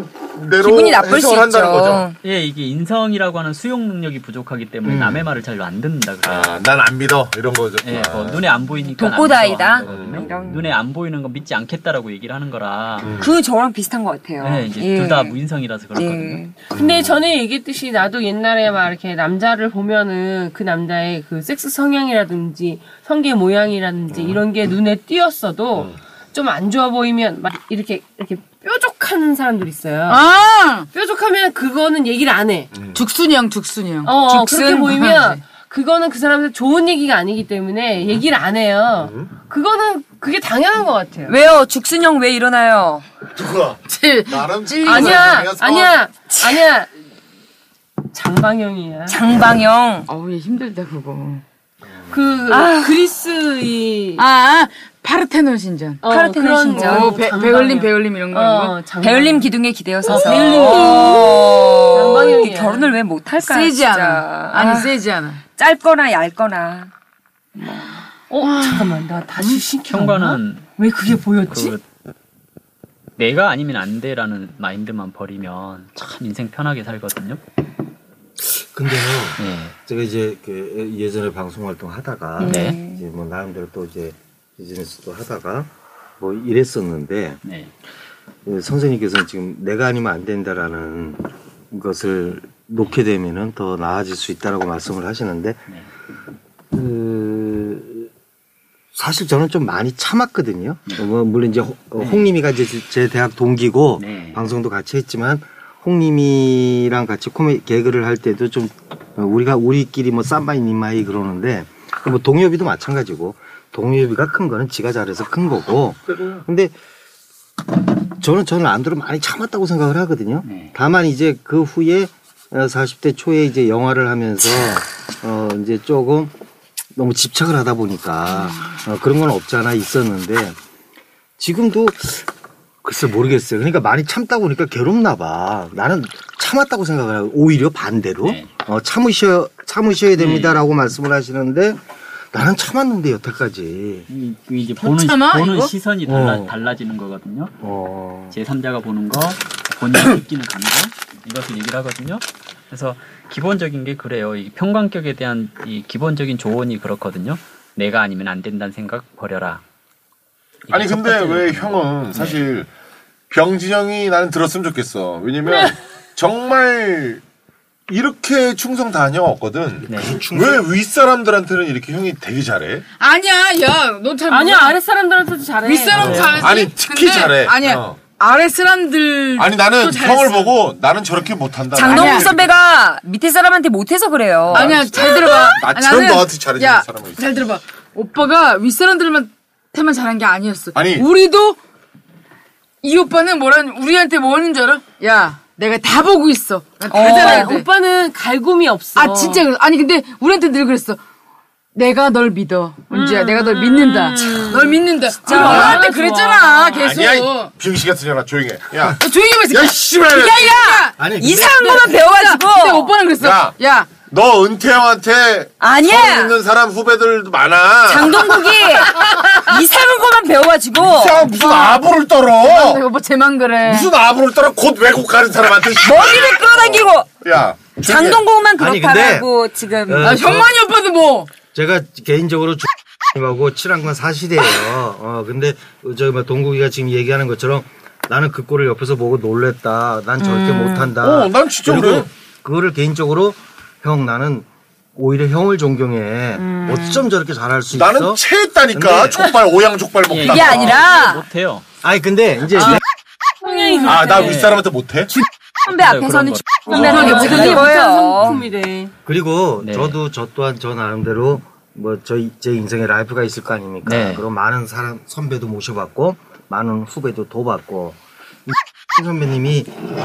[SPEAKER 2] 본인대로
[SPEAKER 4] 기분이 나쁠 수
[SPEAKER 2] 해석을
[SPEAKER 4] 있죠.
[SPEAKER 2] 한다는 거죠.
[SPEAKER 5] 예 이게 인성이라고 하는 수용 능력이 부족하기 때문에 남의 말을 잘 안 듣는다 그래요.
[SPEAKER 2] 음. 아, 난 안 믿어 이런 거죠.
[SPEAKER 5] 예,
[SPEAKER 2] 아.
[SPEAKER 5] 뭐 눈에 안 보이니까 안
[SPEAKER 4] 독보다이다.
[SPEAKER 5] 좋아하는 거거든요.
[SPEAKER 2] 음.
[SPEAKER 4] 이런.
[SPEAKER 5] 눈에 안 보이는 거 믿지 않겠다라고 얘기를 하는 거라.
[SPEAKER 4] 그 저랑 비슷한 것 같아요.
[SPEAKER 5] 예, 이제
[SPEAKER 4] 예.
[SPEAKER 5] 둘 다 무인성이라서 그렇거든요.
[SPEAKER 4] 예.
[SPEAKER 3] 근데 전에 얘기했듯이 나도 옛날에 막 이렇게 남자를 보면은 그 남자의 그 섹스 성향이라든지 성계 모양이라든지 이런 게 눈에 띄었어도 좀 안 좋아 보이면 막 이렇게 이렇게 뾰족한 사람들 있어요.
[SPEAKER 6] 아!
[SPEAKER 3] 뾰족하면 그거는 얘기를 안 해.
[SPEAKER 6] 죽순이 형, 죽순이 형.
[SPEAKER 3] 어, 어, 그렇게
[SPEAKER 6] 죽순.
[SPEAKER 3] 보이면 그거는 그 사람한테 좋은 얘기가 아니기
[SPEAKER 4] 음.
[SPEAKER 3] 때문에 얘기를 안 해요. 그거는 그게 당연한 것 같아요.
[SPEAKER 4] 왜요? 죽순형 왜 일어나요?
[SPEAKER 2] 누가
[SPEAKER 6] 찔,
[SPEAKER 2] 나름
[SPEAKER 6] 찔리고.
[SPEAKER 3] 아니야, 아니야, 아니야. 장방형이야.
[SPEAKER 4] 장방형.
[SPEAKER 6] 어우, 얘 힘들다, 그거.
[SPEAKER 3] 그
[SPEAKER 4] 아.
[SPEAKER 3] 그리스 이
[SPEAKER 6] 아, 아 파르테논 신전.
[SPEAKER 3] 어,
[SPEAKER 4] 카르테네
[SPEAKER 3] 그런
[SPEAKER 4] 신전.
[SPEAKER 3] 거.
[SPEAKER 6] 어, 배,
[SPEAKER 3] 장방형.
[SPEAKER 6] 배울림, 배울림 이런 거. 어.
[SPEAKER 3] 어, 장방형.
[SPEAKER 4] 배울림 아, 기둥에 기대어 서서.
[SPEAKER 3] 배울림 기둥.
[SPEAKER 4] 어.
[SPEAKER 3] 장방형이야.
[SPEAKER 4] 결혼을 왜 못할까?
[SPEAKER 6] 세지
[SPEAKER 4] 진짜.
[SPEAKER 6] 않아.
[SPEAKER 4] 아,
[SPEAKER 6] 아니, 세지 않아.
[SPEAKER 4] 짧거나 얇거나.
[SPEAKER 3] 어, 잠깐만, 나 다시 신경과는
[SPEAKER 5] 평가는
[SPEAKER 4] 어?
[SPEAKER 3] 왜 그게 보였지?
[SPEAKER 5] 그 내가 아니면 안 돼라는 마인드만 버리면 참 인생 편하게 살거든요.
[SPEAKER 7] 근데
[SPEAKER 5] 예.
[SPEAKER 4] 네.
[SPEAKER 7] 제가 이제 그 예전에 방송 활동 하다가
[SPEAKER 5] 네.
[SPEAKER 7] 이제 뭐 나름대로 또 이제 비즈니스도 하다가 뭐 이랬었는데
[SPEAKER 5] 네.
[SPEAKER 7] 예, 선생님께서는 지금 내가 아니면 안 된다라는 것을 놓게 되면은 더 나아질 수 있다라고 말씀을 하시는데 그 사실 저는 좀 많이 참았거든요. 뭐 물론 이제 홍- 어, 홍님이가 이제 제- 제 대학 동기고
[SPEAKER 5] 네.
[SPEAKER 7] 방송도 같이 했지만 홍님이랑 같이 코미 개그를 할 때도 좀 어, 우리가 우리끼리 뭐 쌈마이 니마이 그러는데 뭐 동엽이도 마찬가지고 동엽이가 큰 거는 지가 잘해서 큰 거고 근데 저는 저는 안도를 많이 참았다고 생각을 하거든요.
[SPEAKER 5] 네.
[SPEAKER 7] 다만 이제 그 후에 어, 40대 초에 이제 영화를 하면서 어 이제 조금 너무 집착을 하다 보니까 어, 그런 건 없지 않아 있었는데 지금도 글쎄 모르겠어요. 그러니까 많이 참다 보니까 괴롭나 봐. 나는 참았다고 생각을 하고 오히려 반대로
[SPEAKER 5] 네. 음.
[SPEAKER 7] 어, 참으셔 참으셔야 됩니다라고 말씀을 하시는데 나는 참았는데 여태까지
[SPEAKER 5] 이- 이 이제 보는,
[SPEAKER 6] 참아,
[SPEAKER 5] 보는
[SPEAKER 6] 이거?
[SPEAKER 5] 시선이 달라,
[SPEAKER 7] 어.
[SPEAKER 5] 달라지는 거거든요.
[SPEAKER 7] 어
[SPEAKER 5] 제3자가 보는 거, 본인이 느끼는 감정, 이것을 얘기를 하거든요. 그래서 기본적인 게 그래요. 이 평관격에 대한 이 기본적인 조언이 그렇거든요. 내가 아니면 안 된다는 생각 버려라. 이게
[SPEAKER 2] 아니
[SPEAKER 5] 첫
[SPEAKER 2] 근데
[SPEAKER 5] 번째로 네.
[SPEAKER 2] 왜
[SPEAKER 5] 그런
[SPEAKER 2] 형은
[SPEAKER 5] 거고.
[SPEAKER 2] 사실 병진영이 나는 들었으면 좋겠어. 왜냐면
[SPEAKER 5] 네.
[SPEAKER 2] 정말 이렇게 충성 다녀 없거든.
[SPEAKER 5] 네.
[SPEAKER 4] 그렇죠.
[SPEAKER 2] 왜 윗사람들한테는 이렇게 형이 되게 잘해?
[SPEAKER 6] 아니야, 야, 너잘
[SPEAKER 3] 아니야, 아랫사람들한테도 잘해. 어.
[SPEAKER 6] 윗사람 잘하지?
[SPEAKER 2] 네. 아니, 특히 잘해.
[SPEAKER 6] 아니야,
[SPEAKER 2] 어.
[SPEAKER 6] 아랫사람들.
[SPEAKER 2] 아니 나는
[SPEAKER 6] 또
[SPEAKER 2] 형을
[SPEAKER 6] 잘했어.
[SPEAKER 2] 보고 나는 저렇게 못한다.
[SPEAKER 4] 장동국
[SPEAKER 6] 아니야.
[SPEAKER 4] 선배가 밑에 사람한테 못해서 그래요.
[SPEAKER 6] 아니야, 잘 들어봐.
[SPEAKER 2] 나처럼
[SPEAKER 6] 나는-
[SPEAKER 2] 너한테 잘해주는
[SPEAKER 6] 야,
[SPEAKER 2] 사람은 있어.
[SPEAKER 6] 잘 들어봐. 오빠가 윗사람들한테만 잘한 게 아니었어.
[SPEAKER 2] 아니.
[SPEAKER 6] 우리도 이 오빠는 뭐라는 우리한테 뭐 하는 줄 알아? 야, 내가 다 보고 있어. 나다
[SPEAKER 4] 어.
[SPEAKER 6] 잘해야 돼.
[SPEAKER 3] 오빠는 갈굼이 없어.
[SPEAKER 6] 아 진짜 그래. 아니 근데 우리한테 늘 그랬어. 내가 널 믿어. 은지야, 내가 널 믿는다. 널 믿는다. 진짜.
[SPEAKER 3] 아,
[SPEAKER 6] 우리한테
[SPEAKER 3] 좋아.
[SPEAKER 6] 그랬잖아, 계속.
[SPEAKER 2] 아니야 이 병신 같은 년아 조용해. 야,
[SPEAKER 6] 너 조용히 하면서.
[SPEAKER 2] 야 씨발.
[SPEAKER 6] 야, 야!
[SPEAKER 7] 아니
[SPEAKER 4] 이상한 것만 배워가지고.
[SPEAKER 6] 근데 오빠는 그랬어.
[SPEAKER 2] 야.
[SPEAKER 6] 야,
[SPEAKER 2] 너 은퇴형한테
[SPEAKER 4] 아니야!
[SPEAKER 2] 서울 있는 사람 후배들도 많아.
[SPEAKER 4] 장동국이 이상한 것만 배워가지고
[SPEAKER 2] 야, 무슨
[SPEAKER 4] 어.
[SPEAKER 2] 아부를 떨어?
[SPEAKER 6] 오빠 뭐 쟤만 그래.
[SPEAKER 2] 무슨 아부를 떨어? 곧 외국 가는 사람한테.
[SPEAKER 4] 머리를 끌어당기고
[SPEAKER 2] 야, 조용히 해.
[SPEAKER 4] 장동국만
[SPEAKER 7] 아니,
[SPEAKER 4] 그렇다라고 지금
[SPEAKER 7] 어,
[SPEAKER 6] 아, 현만이 오빠도 뭐.
[SPEAKER 7] 제가 개인적으로 주님하고 친한 건 사실이에요. 어, 근데 저기 뭐 동국이가 지금 얘기하는 것처럼 나는 그 꼴을 옆에서 보고 놀랬다. 난 절대 못한다.
[SPEAKER 2] 어, 난 진짜
[SPEAKER 7] 그리고
[SPEAKER 2] 그래.
[SPEAKER 7] 그거를 개인적으로 형 나는 오히려 형을 존경해.
[SPEAKER 2] 음.
[SPEAKER 7] 어쩜 저렇게 잘할 수 있어?
[SPEAKER 2] 나는 체했다니까.
[SPEAKER 7] 근데-
[SPEAKER 2] 족발, 오양 족발 먹다가.
[SPEAKER 4] 그게 아니라
[SPEAKER 5] 예. 못해요.
[SPEAKER 7] 아니 근데 이제
[SPEAKER 3] 성향이 그렇대.
[SPEAKER 2] 아, 나
[SPEAKER 7] 네.
[SPEAKER 2] 윗사람한테 못해?
[SPEAKER 4] 선배 앞에서는 주 선배
[SPEAKER 3] 그러니까
[SPEAKER 4] 앞에서는
[SPEAKER 3] 그게
[SPEAKER 4] 이거예요.
[SPEAKER 3] 무슨 성품이래.
[SPEAKER 7] 그리고
[SPEAKER 5] 네.
[SPEAKER 7] 저도 저 또한 저 나름대로 뭐 저희 제 인생의 라이프가 있을 거 아닙니까?
[SPEAKER 5] 네.
[SPEAKER 7] 그럼 많은 사람 선배도 모셔봤고 많은 후배도 도봤고 이 선배님이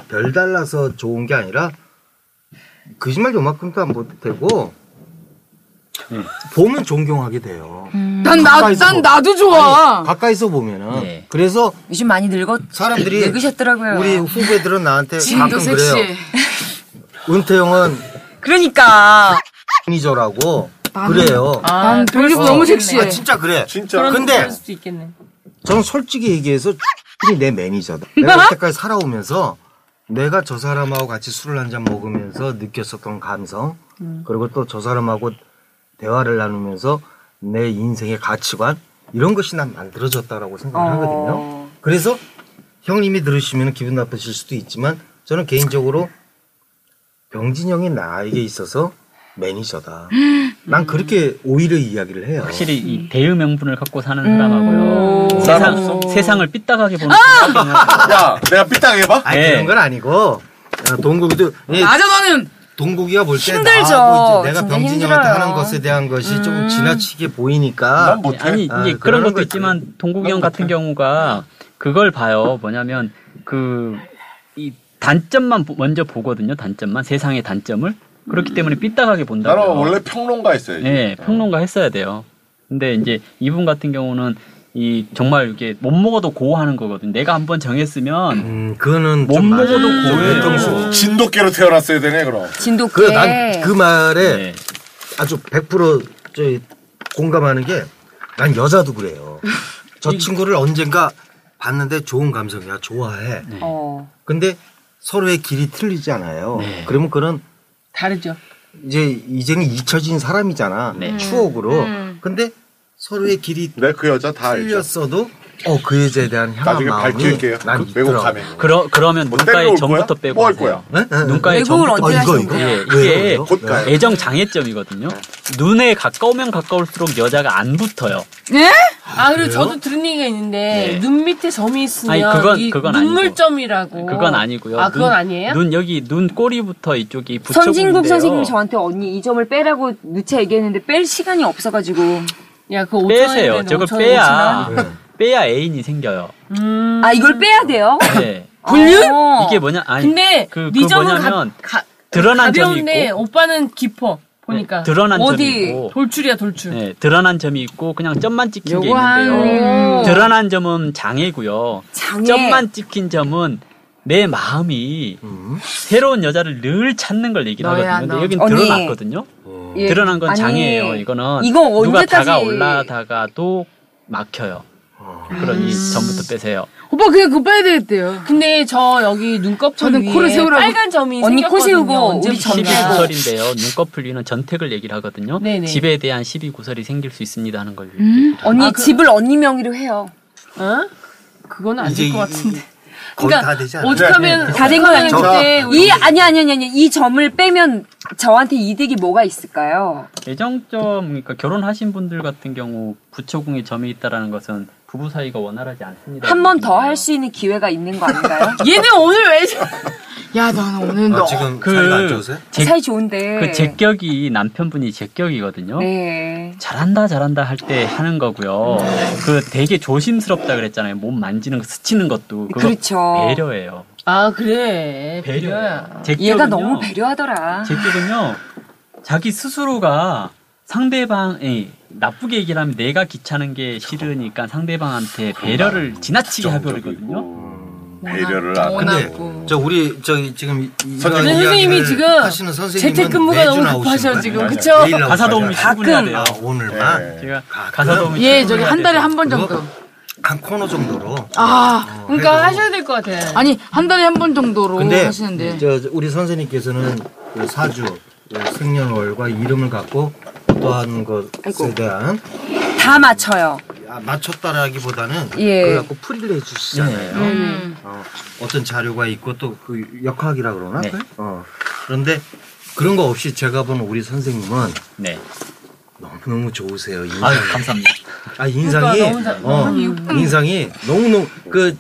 [SPEAKER 7] 별달라서 좋은 게 아니라 거짓말 요만큼도 안 못되고
[SPEAKER 5] 음.
[SPEAKER 7] 보면 존경하게 돼요.
[SPEAKER 6] 난, 음. 나,
[SPEAKER 7] 가까이서
[SPEAKER 6] 난
[SPEAKER 7] 뭐.
[SPEAKER 6] 나도 좋아.
[SPEAKER 7] 가까이서 보면은
[SPEAKER 5] 네.
[SPEAKER 7] 그래서
[SPEAKER 4] 요즘 많이 늙었
[SPEAKER 7] 사람들이
[SPEAKER 4] 늙으셨더라고요.
[SPEAKER 7] 우리 후배들은 나한테
[SPEAKER 6] 지금도
[SPEAKER 7] 가끔
[SPEAKER 6] 섹시해.
[SPEAKER 7] 그래요. 은퇴형은
[SPEAKER 4] 그러니까
[SPEAKER 7] 미저라고 그래요. 아,
[SPEAKER 6] 난
[SPEAKER 2] 어.
[SPEAKER 6] 동규 너무
[SPEAKER 2] 아,
[SPEAKER 6] 섹시해.
[SPEAKER 7] 진짜 그래.
[SPEAKER 2] 진짜.
[SPEAKER 7] 근데
[SPEAKER 3] 그럴 수도 있겠네.
[SPEAKER 7] 네. 저는 솔직히 얘기해서 X이 내 매니저다. 내가 여태까지 살아오면서 내가 저 사람하고 같이 술을 한 잔 먹으면서 느꼈었던 감성, 그리고 또 저 사람하고 대화를 나누면서 내 인생의 가치관, 이런 것이 난 만들어졌다라고 생각을 하거든요. 그래서 형님이 들으시면 기분 나쁘실 수도 있지만 저는 개인적으로 병진 형이 나에게 있어서 매니저다. 난 그렇게 오히려 이야기를 해요.
[SPEAKER 5] 확실히 이 대의 명분을 갖고 사는 사람하고요. 세상, 세상을 삐딱하게 보는 사람하고요.
[SPEAKER 2] 야, 내가 삐딱 해봐?
[SPEAKER 7] 아니,
[SPEAKER 5] 네.
[SPEAKER 7] 그런 건 아니고, 어, 동국이도, 예,
[SPEAKER 6] 맞아, 너는.
[SPEAKER 7] 동국이가 볼 때
[SPEAKER 4] 힘들죠.
[SPEAKER 7] 나하고 이제 내가
[SPEAKER 4] 진짜
[SPEAKER 7] 병진이 형한테
[SPEAKER 4] 힘들어요. 음.
[SPEAKER 7] 하는 것에 대한 것이 조금 지나치게 보이니까
[SPEAKER 2] 난 못해.
[SPEAKER 5] 아니
[SPEAKER 7] 아,
[SPEAKER 5] 이게 그런
[SPEAKER 7] 그러는
[SPEAKER 5] 것도
[SPEAKER 7] 거지.
[SPEAKER 5] 있지만 동국이 형 같은 경우가 그걸 봐요. 뭐냐면 그 이 단점만 보- 먼저 보거든요. 단점만 세상의 단점을 그렇기 때문에 삐딱하게 본다고.
[SPEAKER 2] 나는
[SPEAKER 7] 네.
[SPEAKER 2] 원래 평론가였어요.
[SPEAKER 5] 예, 평론가 했어야 돼요. 근데 이제 이분 같은 경우는 이 정말 이게 못 먹어도 고하는 거거든요. 내가 한번 정했으면
[SPEAKER 7] 음, 그거는
[SPEAKER 5] 못
[SPEAKER 7] 좀 맞아.
[SPEAKER 5] 먹어도
[SPEAKER 7] 좀
[SPEAKER 5] 고해요.
[SPEAKER 7] 외통수.
[SPEAKER 2] 진돗개로 태어났어야 되네, 그럼.
[SPEAKER 4] 진돗개.
[SPEAKER 7] 그, 난 그 말에
[SPEAKER 5] 예.
[SPEAKER 7] 아주 100%저 공감하는 게 난 여자도 그래요. 저 친구를 언젠가 봤는데 좋은 감성이야.
[SPEAKER 5] 네.
[SPEAKER 7] 좋아해.
[SPEAKER 4] 어.
[SPEAKER 7] 근데 서로의 길이 틀리잖아요.
[SPEAKER 2] 네.
[SPEAKER 7] 그러면 그런
[SPEAKER 3] 다르죠. 음.
[SPEAKER 7] 이제 이제는 잊혀진 사람이잖아.
[SPEAKER 2] 네.
[SPEAKER 7] 추억으로. 근데 서로의 길이
[SPEAKER 2] 내 그 여자 다 알죠.
[SPEAKER 7] 틀렸어도 어 그 여자에 대한 향한
[SPEAKER 2] 나중에
[SPEAKER 7] 마음이
[SPEAKER 2] 밝힐게요.
[SPEAKER 7] 난
[SPEAKER 2] 그 외국
[SPEAKER 7] 있더라고.
[SPEAKER 2] 가면.
[SPEAKER 5] 그러, 그러면
[SPEAKER 2] 뭐
[SPEAKER 5] 눈가에
[SPEAKER 2] 때리러 올 거야?
[SPEAKER 5] 전부터 빼고
[SPEAKER 2] 뭐할 거야?
[SPEAKER 5] 하세요.
[SPEAKER 7] 네? 네?
[SPEAKER 5] 눈가에
[SPEAKER 4] 외국을
[SPEAKER 5] 전부터
[SPEAKER 4] 언제
[SPEAKER 7] 아, 이거,
[SPEAKER 4] 하신
[SPEAKER 7] 이거.
[SPEAKER 4] 거예요?
[SPEAKER 7] 왜,
[SPEAKER 5] 이게
[SPEAKER 7] 왜요?
[SPEAKER 2] 곧 가요.
[SPEAKER 5] 네. 애정 장애점이거든요. 눈에 가까우면 가까울수록 여자가 안 붙어요.
[SPEAKER 6] 예?
[SPEAKER 3] 아 그리고 저도 들은 얘기가 있는데
[SPEAKER 5] 네.
[SPEAKER 3] 눈 밑에 점이 있으면
[SPEAKER 5] 아니, 그건-
[SPEAKER 3] 이
[SPEAKER 5] 그건 아니고.
[SPEAKER 3] 눈물점이라고.
[SPEAKER 5] 그건 아니고요.
[SPEAKER 3] 아 그건
[SPEAKER 5] 눈,
[SPEAKER 3] 아니에요?
[SPEAKER 5] 눈 여기 눈 꼬리부터 이쪽이 붙여
[SPEAKER 4] 선진국 선생님이 저한테 언니 이 점을 빼라고 누차 얘기했는데 뺄 시간이 없어가지고
[SPEAKER 3] 야 그거 5천
[SPEAKER 5] 빼세요.
[SPEAKER 3] 원이네.
[SPEAKER 5] 저걸 빼야 빼야 애인이 생겨요.
[SPEAKER 4] 아 이걸 빼야 돼요? 어.
[SPEAKER 5] 네.
[SPEAKER 4] 불륜?
[SPEAKER 5] 이게 뭐냐? 아니
[SPEAKER 3] 근데
[SPEAKER 5] 그, 그
[SPEAKER 3] 네 점은
[SPEAKER 5] 뭐냐면
[SPEAKER 3] 어, 가, 가,
[SPEAKER 5] 드러난 점이
[SPEAKER 3] 가벼운데
[SPEAKER 5] 있고
[SPEAKER 3] 오빠는 깊어 보니까
[SPEAKER 5] 네, 드러난 점이
[SPEAKER 4] 어디
[SPEAKER 5] 있고
[SPEAKER 3] 돌출이야 돌출.
[SPEAKER 5] 네, 드러난 점이 있고 그냥 점만 찍힌 게
[SPEAKER 6] 요거 한-
[SPEAKER 5] 있는데요. 드러난 점은 장애고요.
[SPEAKER 4] 장애.
[SPEAKER 5] 점만 찍힌 점은 내 마음이 새로운 여자를 늘 찾는 걸 얘기를
[SPEAKER 6] 너야,
[SPEAKER 5] 하거든요.
[SPEAKER 6] 너.
[SPEAKER 5] 근데 여긴
[SPEAKER 4] 언니.
[SPEAKER 5] 드러났거든요.
[SPEAKER 4] 예.
[SPEAKER 5] 드러난 건
[SPEAKER 4] 아니,
[SPEAKER 5] 장애예요. 이거는
[SPEAKER 4] 이거
[SPEAKER 5] 누가
[SPEAKER 4] 언제까지-
[SPEAKER 5] 다가올라다가도 막혀요. 그런 이 전부터 빼세요.
[SPEAKER 6] 오빠 그냥 그거 빼야 되겠대요.
[SPEAKER 3] 근데 저 여기 눈꺼풀
[SPEAKER 6] 저는
[SPEAKER 3] 위에
[SPEAKER 6] 코를 세우라고-
[SPEAKER 3] 빨간 점이
[SPEAKER 4] 언니 코
[SPEAKER 3] 생겼거든요.
[SPEAKER 4] 세우고
[SPEAKER 3] 언제
[SPEAKER 4] 우리 점
[SPEAKER 3] 붙이나.
[SPEAKER 5] 12구설인데요. 눈꺼풀 위는 전택을 얘기를 하거든요.
[SPEAKER 3] 네네.
[SPEAKER 5] 집에 대한 12구설이 생길 수 있습니다 하는 걸.
[SPEAKER 4] 언니
[SPEAKER 3] 아, 그
[SPEAKER 4] 집을 언니 명의로 해요.
[SPEAKER 3] 어? 그건 안
[SPEAKER 7] 이제
[SPEAKER 3] 될 것
[SPEAKER 7] 이-
[SPEAKER 3] 같은데.
[SPEAKER 7] 거의
[SPEAKER 3] 그러니까
[SPEAKER 7] 다 되지 않아요?
[SPEAKER 3] 오죽하면
[SPEAKER 4] 다 된건 아니죠.
[SPEAKER 3] 그때 우리
[SPEAKER 4] 이 아니 아니 아니 아니 이 점을 빼면 저한테 이득이 뭐가 있을까요?
[SPEAKER 5] 애정점 그러니까 결혼하신 분들 같은 경우 부처궁에 점이 있다라는 것은 부부 사이가 원활하지 않습니다.
[SPEAKER 4] 네. 한 번 더 할 수 있는 기회가 있는 거 아닌가요?
[SPEAKER 3] 얘는 오늘 왜
[SPEAKER 6] 야, 나는
[SPEAKER 2] 네.
[SPEAKER 6] 오늘
[SPEAKER 7] 아,
[SPEAKER 6] 너.
[SPEAKER 7] 지금
[SPEAKER 5] 그-
[SPEAKER 7] 사이가 안 좋으세요?
[SPEAKER 5] 제-
[SPEAKER 4] 사이 좋은데.
[SPEAKER 5] 그 제격이 남편분이 제격이거든요.
[SPEAKER 4] 네.
[SPEAKER 5] 잘한다 잘한다 할 때 하는 거고요. 그 되게 조심스럽다 그랬잖아요. 몸 만지는 거 스치는 것도 그거
[SPEAKER 4] 그렇죠.
[SPEAKER 5] 배려예요.
[SPEAKER 3] 아 그래 배려야.
[SPEAKER 5] 제격은요,
[SPEAKER 4] 얘가 너무 배려하더라.
[SPEAKER 5] 제격은요. 자기 스스로가 상대방이 나쁘게 얘기를 하면
[SPEAKER 2] 아,
[SPEAKER 5] 내가 귀찮은 게 싫으니까 상대방한테 배려를 지나치게 해버리거든요.
[SPEAKER 2] 배려를 안
[SPEAKER 6] 워낙-
[SPEAKER 2] 하고.
[SPEAKER 6] 워낙-
[SPEAKER 2] 네.
[SPEAKER 6] 음.
[SPEAKER 7] 저 우리 저기 지금 이-
[SPEAKER 3] 근데
[SPEAKER 7] 이런
[SPEAKER 3] 선생님이
[SPEAKER 7] 이야기를
[SPEAKER 3] 지금
[SPEAKER 7] 하시는 선생님은
[SPEAKER 3] 재택근무가
[SPEAKER 7] 매주
[SPEAKER 3] 너무
[SPEAKER 7] 나오시는
[SPEAKER 3] 급하셔
[SPEAKER 7] 거예요? 네.
[SPEAKER 3] 지금
[SPEAKER 2] 맞아요.
[SPEAKER 3] 그쵸?
[SPEAKER 7] 매일 나오셔야
[SPEAKER 5] 가사 도우미
[SPEAKER 7] 돼요.
[SPEAKER 5] 출근해야 돼요.
[SPEAKER 7] 아, 오늘만
[SPEAKER 5] 제가 가사 도우미
[SPEAKER 6] 예,
[SPEAKER 5] 출근해야
[SPEAKER 6] 저기 한 달에
[SPEAKER 5] 돼서.
[SPEAKER 6] 한 번 정도.
[SPEAKER 7] 한 코너 정도로.
[SPEAKER 6] 아,
[SPEAKER 7] 해도-
[SPEAKER 3] 그러니까 하셔야 될 것 같아.
[SPEAKER 6] 어. 아니 한 달에 한 번 정도로
[SPEAKER 7] 근데
[SPEAKER 6] 하시는데.
[SPEAKER 7] 저, 저 우리 선생님께서는 그 사주 그 생년월과 이름을 갖고 어떠한 것에 대한
[SPEAKER 4] 다 맞춰요.
[SPEAKER 7] 아, 맞췄다라기보다는
[SPEAKER 4] 예.
[SPEAKER 7] 그걸 갖고 풀이를 해주시잖아요. 어, 어떤 자료가 있고 또 그 역학이라 그러나?
[SPEAKER 5] 네.
[SPEAKER 7] 어. 그런데 그런 거 없이 제가 본 우리 선생님은
[SPEAKER 5] 네.
[SPEAKER 7] 너무너무 좋으세요. 인상이.
[SPEAKER 5] 아유, 감사합니다.
[SPEAKER 7] 아 인상이
[SPEAKER 3] 너무 잘-
[SPEAKER 7] 어, 인상이 너무 너무 그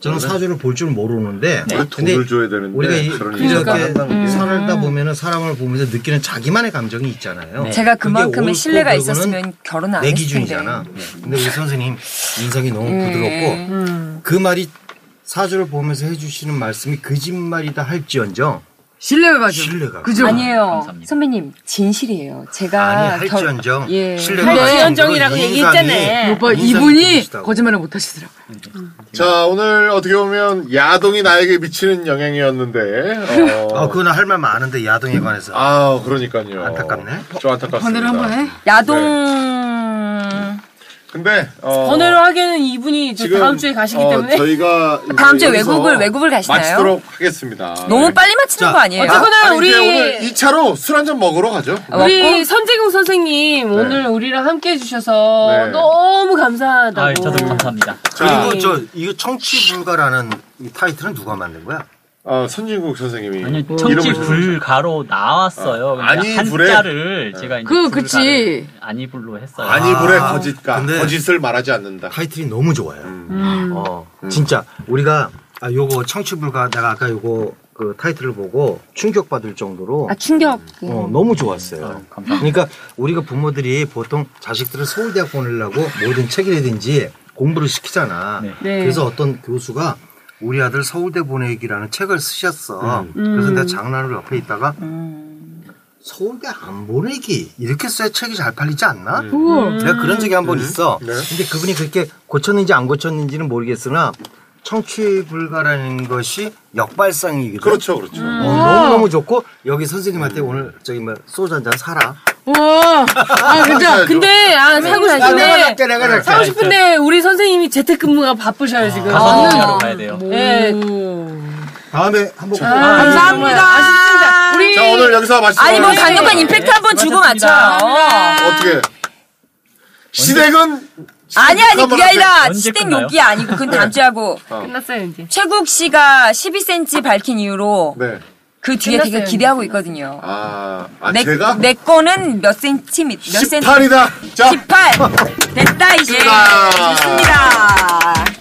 [SPEAKER 7] 저는 사주를 볼 줄 모르는데
[SPEAKER 5] 네.
[SPEAKER 2] 왜그 돈을 줘야 되는데
[SPEAKER 7] 우리가 이,
[SPEAKER 2] 그런
[SPEAKER 7] 렇
[SPEAKER 2] 일을
[SPEAKER 7] 게
[SPEAKER 2] 안 한다는 네. 게
[SPEAKER 7] 살다 보면은 사람을 보면서 느끼는 자기만의 감정이 있잖아요.
[SPEAKER 4] 제가
[SPEAKER 7] 그게 옳고
[SPEAKER 4] 그만큼의 신뢰가
[SPEAKER 7] 그르고는 음.
[SPEAKER 4] 있었으면 결혼 안
[SPEAKER 7] 내
[SPEAKER 4] 했을 텐데.
[SPEAKER 7] 기준이잖아. 네. 근데 우리 선생님 인상이 너무 부드럽고 그 말이 사주를 보면서 해주시는 말씀이 거짓말이다 할지언정
[SPEAKER 6] 신뢰가 가죠.
[SPEAKER 7] 신뢰가
[SPEAKER 6] 그죠?
[SPEAKER 4] 아니에요.
[SPEAKER 5] 감사합니다.
[SPEAKER 4] 선배님, 진실이에요. 제가
[SPEAKER 7] 아니 할지언정
[SPEAKER 4] 예.
[SPEAKER 7] 신뢰가
[SPEAKER 6] 근데
[SPEAKER 3] 지연정이라고 얘기했잖아요.
[SPEAKER 6] 오빠
[SPEAKER 7] 인상이
[SPEAKER 6] 뭐, 이분이
[SPEAKER 7] 좋으시다고.
[SPEAKER 6] 거짓말을 못 하시더라고.
[SPEAKER 2] 자 오늘 어떻게 보면 야동이 나에게 미치는 영향이었는데 어,
[SPEAKER 7] 아 그거는 할 말 많은데 야동에 관해서
[SPEAKER 2] 아, 그러니까요.
[SPEAKER 7] 안타깝네.
[SPEAKER 2] 좀 안타깝습니다. 네.
[SPEAKER 6] 반대로 한번 해.
[SPEAKER 4] 야동
[SPEAKER 2] 근데 어,
[SPEAKER 3] 번호를 하기에는 이분이 저
[SPEAKER 2] 지금
[SPEAKER 3] 다음 주에 가시기
[SPEAKER 2] 어,
[SPEAKER 3] 때문에
[SPEAKER 2] 저희가 이제
[SPEAKER 4] 다음 주에
[SPEAKER 2] 여기서
[SPEAKER 4] 외국을- 외국을 가시나요?
[SPEAKER 2] 마치도록 하겠습니다. 네.
[SPEAKER 4] 너무 빨리 맞히는
[SPEAKER 7] 자,
[SPEAKER 4] 거 아니에요? 어,
[SPEAKER 3] 어쨌건-
[SPEAKER 2] 아, 아니, 이제
[SPEAKER 3] 우리-
[SPEAKER 2] 오늘 2차로 술 한 잔 먹으러 가죠.
[SPEAKER 3] 우리 선재경 선생님
[SPEAKER 4] 네.
[SPEAKER 3] 오늘 우리랑 함께 해주셔서
[SPEAKER 2] 네.
[SPEAKER 3] 너무 감사하다고.
[SPEAKER 5] 아, 저도 감사합니다.
[SPEAKER 2] 자,
[SPEAKER 4] 아,
[SPEAKER 7] 그리고
[SPEAKER 4] 예.
[SPEAKER 7] 저 이거 청취불가라는 이 타이틀은 누가 만든 거야?
[SPEAKER 2] 어, 선진국 선생님이
[SPEAKER 5] 아니,
[SPEAKER 2] 이름을
[SPEAKER 5] 청취
[SPEAKER 2] 주셨어요.
[SPEAKER 5] 불가로 나왔어요. 근데
[SPEAKER 2] 아니, 불에- 네.
[SPEAKER 5] 한자를 제가 이제
[SPEAKER 6] 그,
[SPEAKER 5] 불가를
[SPEAKER 6] 그치.
[SPEAKER 5] 아니 불로 했어요.
[SPEAKER 2] 아니 불의
[SPEAKER 7] 아,
[SPEAKER 2] 거짓가
[SPEAKER 7] 근데-
[SPEAKER 2] 거짓을 말하지 않는다.
[SPEAKER 7] 타이틀이 너무 좋아요. 어, 진짜 우리가 아 요거 청취불가 내가 아까 요거 그 타이틀을 보고 충격받을 정도로
[SPEAKER 4] 아, 충격.
[SPEAKER 7] 어,
[SPEAKER 2] 예.
[SPEAKER 7] 너무 좋았어요.
[SPEAKER 2] 아,
[SPEAKER 7] 그러니까 우리가 부모들이 보통 자식들을 서울대학 보내려고 모든 책이라든지 공부를 시키잖아.
[SPEAKER 5] 네.
[SPEAKER 3] 네.
[SPEAKER 7] 그래서 어떤 교수가 우리 아들 서울대 보내기라는 책을 쓰셨어.
[SPEAKER 2] 음.
[SPEAKER 7] 그래서 내가 장난으로 옆에 있다가 서울대 안 보내기 이렇게 써야 책이 잘 팔리지 않나? 내가 그런 적이 한 번 있어.
[SPEAKER 2] 음. 네.
[SPEAKER 7] 근데 그분이 그렇게 고쳤는지 안 고쳤는지는 모르겠으나 청취 불가라는 것이 역발상이거든.
[SPEAKER 2] 그렇죠, 그렇죠.
[SPEAKER 4] 음.
[SPEAKER 7] 어, 너무너무 좋고 여기 선생님한테 오늘 저기 뭐 소주 한 잔 사라.
[SPEAKER 6] 우와. 아, 진짜.
[SPEAKER 2] 사야죠.
[SPEAKER 3] 근데 아 사고
[SPEAKER 7] 나 내가
[SPEAKER 3] 싶은데
[SPEAKER 7] 갈게 내가 갈게.
[SPEAKER 3] 사고
[SPEAKER 4] 아,
[SPEAKER 3] 싶은데 우리 선생님이 재택근무가 바쁘셔요 지금.
[SPEAKER 6] 아.
[SPEAKER 5] 가사 도우미하러 가야
[SPEAKER 6] 뭐
[SPEAKER 5] 돼요.
[SPEAKER 3] 예.
[SPEAKER 4] 음.
[SPEAKER 7] 네. 다음에 한번 보고.
[SPEAKER 3] 감사합니다. 아쉽습니다. 우리
[SPEAKER 2] 자 오늘 여기서 마치도록
[SPEAKER 4] 아니, 뭐
[SPEAKER 2] 하겠습니다.
[SPEAKER 4] 강력한 임팩트 한번 주고
[SPEAKER 5] 수고하셨습니다.
[SPEAKER 4] 맞춰요.
[SPEAKER 2] 어떻게 시댁은
[SPEAKER 4] 아니, 아니, 그게 아니라
[SPEAKER 5] 언제
[SPEAKER 4] 시댁
[SPEAKER 5] 끝나요? 네.
[SPEAKER 4] 욕이 아니고 그건 다음 주에 하고.
[SPEAKER 3] 끝났어요 이제.
[SPEAKER 4] 최국 씨가 12cm 밝힌 이후로
[SPEAKER 2] 네.
[SPEAKER 4] 그 뒤에
[SPEAKER 3] 끝났어요,
[SPEAKER 4] 되게 기대하고 있거든요.
[SPEAKER 2] 아, 아
[SPEAKER 4] 내,
[SPEAKER 2] 제가
[SPEAKER 4] 내 거는 몇 cm, 몇 예, cm?
[SPEAKER 2] 18이다. 자. 그러니까
[SPEAKER 4] 18! 됐다, 이제.
[SPEAKER 2] 끝나.
[SPEAKER 4] 좋습니다.